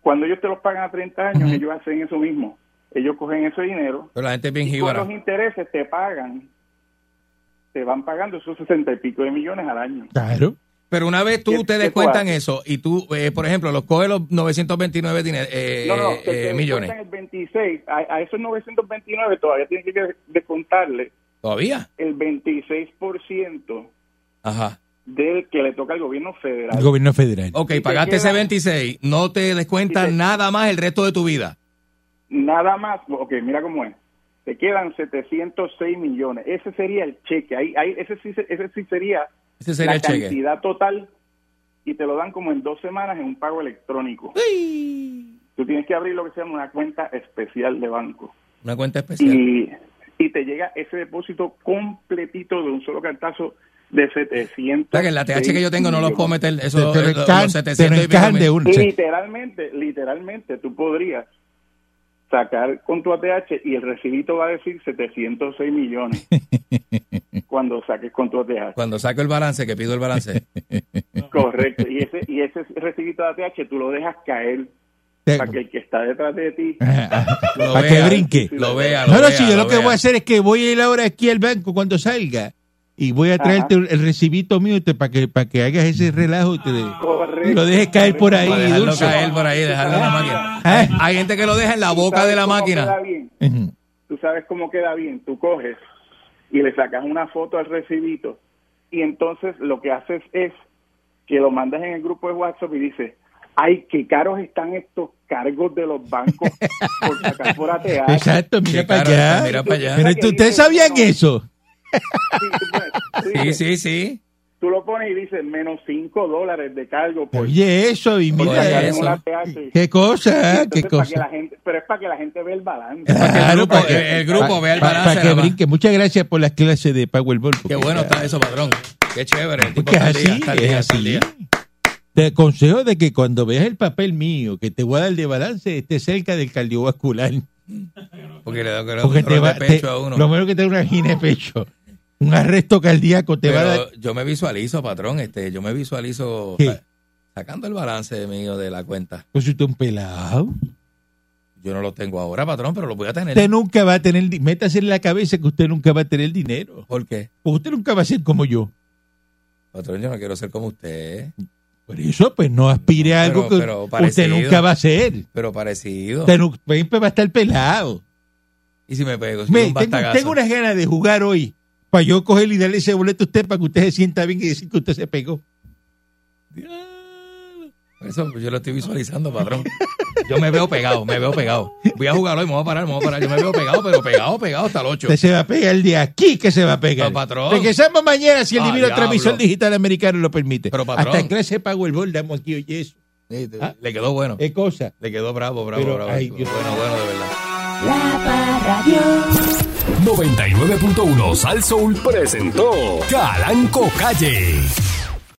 H: cuando ellos te los pagan a 30 años, ellos hacen eso mismo. Ellos cogen ese dinero
D: Pero la gente es bien
H: y con
D: jíbara.
H: los intereses te pagan, te van pagando esos 60 y pico de millones al año.
C: Claro.
D: Pero una vez tú
H: ¿Qué-
D: te
H: qué
D: descuentan
H: tú haces?
D: eso y tú, eh, por ejemplo, los coges los 929 diner- eh,
H: No, no,
D: eh,
H: que te descuentan
D: millones.
H: El 26, a, a esos 929 todavía tienes que descontarle
D: ¿Todavía?
H: el 26%
D: Ajá.
H: del que le toca al gobierno federal.
C: El gobierno federal.
D: Ok,
H: Y te
D: pagaste ese
H: quedan-
D: 26, no te descuentan
H: Y te-
D: nada más el resto de tu vida.
H: Nada más, ok, mira cómo es. Te quedan 706 millones. Ese sería el cheque. Ahí, ahí, ese, sí, se- ese sí sería
D: Ese sería
H: la
D: el cheque.
H: cantidad total y te lo dan como en dos semanas en un pago electrónico. Tú tienes que abrir lo que se llama una cuenta especial de banco
D: Una cuenta especial.
H: y, y te llega ese depósito completito de un solo cartazo de 700.
D: O sea que en la TH que yo tengo no los puedo meter
C: Te,
D: esos
C: te
D: eh,
C: lo
D: los- los
C: encajan- te lo
D: 700 y pico
C: encajan
D: mil.
C: de uno.
H: Y
C: sí.
H: literalmente, literalmente, tú podrías sacar con tu ATH y el recibito va a decir 706
D: <laughs>
H: millones cuando saques con tu ATH.
D: Cuando saco el balance, que pido el balance.
H: Correcto. Y ese, y ese recibito de ATH tú lo dejas caer
C: Te-
H: para que el que está detrás de ti
C: Ajá.
D: Lo
C: Para que
D: vea,
C: brinque.
D: Lo vea, lo
C: No, no,
D: vea,
C: si yo lo que
D: vea.
C: voy a hacer es que voy a ir ahora aquí al banco cuando salga y voy a traerte el recibito mío para que, para que hagas ese relajo y, te de-
H: Correcto.
C: y lo dejes caer por ahí,
D: Para dejarlo
C: dulce.
D: caer por ahí, dejarlo en la máquina.
C: ¿Eh?
D: Hay gente que lo deja en la
H: Tú
D: boca
H: sabes
D: de la
H: Ah. cómo
D: máquina.
H: queda bien.
C: Ujú.
H: Tú sabes cómo queda bien. Tú coges y le sacas una foto al recibito y entonces lo que haces es que lo mandas en el grupo de WhatsApp y dices, ay, qué caros están estos cargos de los bancos por
C: <laughs>
H: sacar por ATH.
C: Exacto, mira
D: Qué
C: para
D: caro
C: allá.
D: está, mira para allá.
C: Pero ¿tú- ustedes sabían eso.
H: Sí, tú pones- tú
D: Sí,
H: dices-
D: sí, sí.
H: Tú lo pones y dices, menos 5 dólares de cargo por,
C: Oye, eso, y
H: por
C: mira,
H: sacar
D: eso.
H: un ATH.
C: qué cosa,
H: Entonces,
C: qué
H: para que la
C: cosa.
H: gente, pero es para que la gente vea el balance.
C: <laughs>
D: Para que el
C: Claro,
D: grupo,
C: para que-
D: el- el grupo vea el
C: pa-
D: balance.
C: Para que
D: nada más.
C: brinque. Muchas gracias por las clases de Powerball.
D: Qué
C: porque
D: bueno
C: está-
D: está eso, patrón. Qué chévere. El tipo
C: Porque es
D: está al
C: así,
D: día, está al
C: es
D: día, está al
C: así.
D: día.
C: Te aconsejo de que cuando veas el papel mío que te voy a dar de balance, esté cerca del cardiovascular.
D: Porque le da que le da un
C: Porque te
D: dolor
C: va,
D: de pecho
C: te-
D: a uno.
C: lo menos que te da una angina de pecho. Un arresto cardíaco te va a dar.
D: Pero yo me visualizo, patrón, este, yo me visualizo
C: ¿Qué?
D: sa- sacando el balance mío de la cuenta.
C: Pues usted es un pelado.
D: Yo no lo tengo ahora, patrón, pero lo voy a tener.
C: Usted nunca va a tener. di- Métase en la cabeza que usted nunca va a tener dinero.
D: ¿Por qué?
C: Pues usted nunca va a ser como yo.
D: Patrón, yo no quiero ser como usted,
C: Por eso, pues no aspire a
D: Pero-
C: algo que
D: pero
C: usted
D: parecido.
C: nunca va a ser.
D: pero parecido.
C: Usted nu- siempre va a estar pelado.
D: Y si Pues me pego, si
C: Me-
D: un
C: tengo,
D: bastagazo.
C: tengo unas ganas de jugar hoy. Para yo coger y darle ese boleto a usted para que usted se sienta bien y decir que usted se pegó.
D: Por Eso pues, yo lo estoy visualizando, patrón. Yo me veo pegado, me veo pegado. Voy a jugar hoy, me voy a parar, me voy a parar. Yo me veo pegado, pero pegado, pegado hasta el 8.
C: Usted se va a pegar el de aquí que se va a pegar.
D: Pero, patrón.
C: Regresamos mañana si el
D: Ah,
C: divino
D: diablo.
C: transmisor digital americano lo permite.
D: Pero, patrón.
C: Hasta en clase pago el bol, damos aquí, oye eso. Ah.
D: Le quedó bueno.
C: Es cosa.
D: Le quedó bravo, bravo,
C: Pero,
D: bravo.
C: ay, Dios.
D: bueno, bueno, de verdad.
G: La Parradio
A: 99.1 Sal Soul presentó Calanco Calle.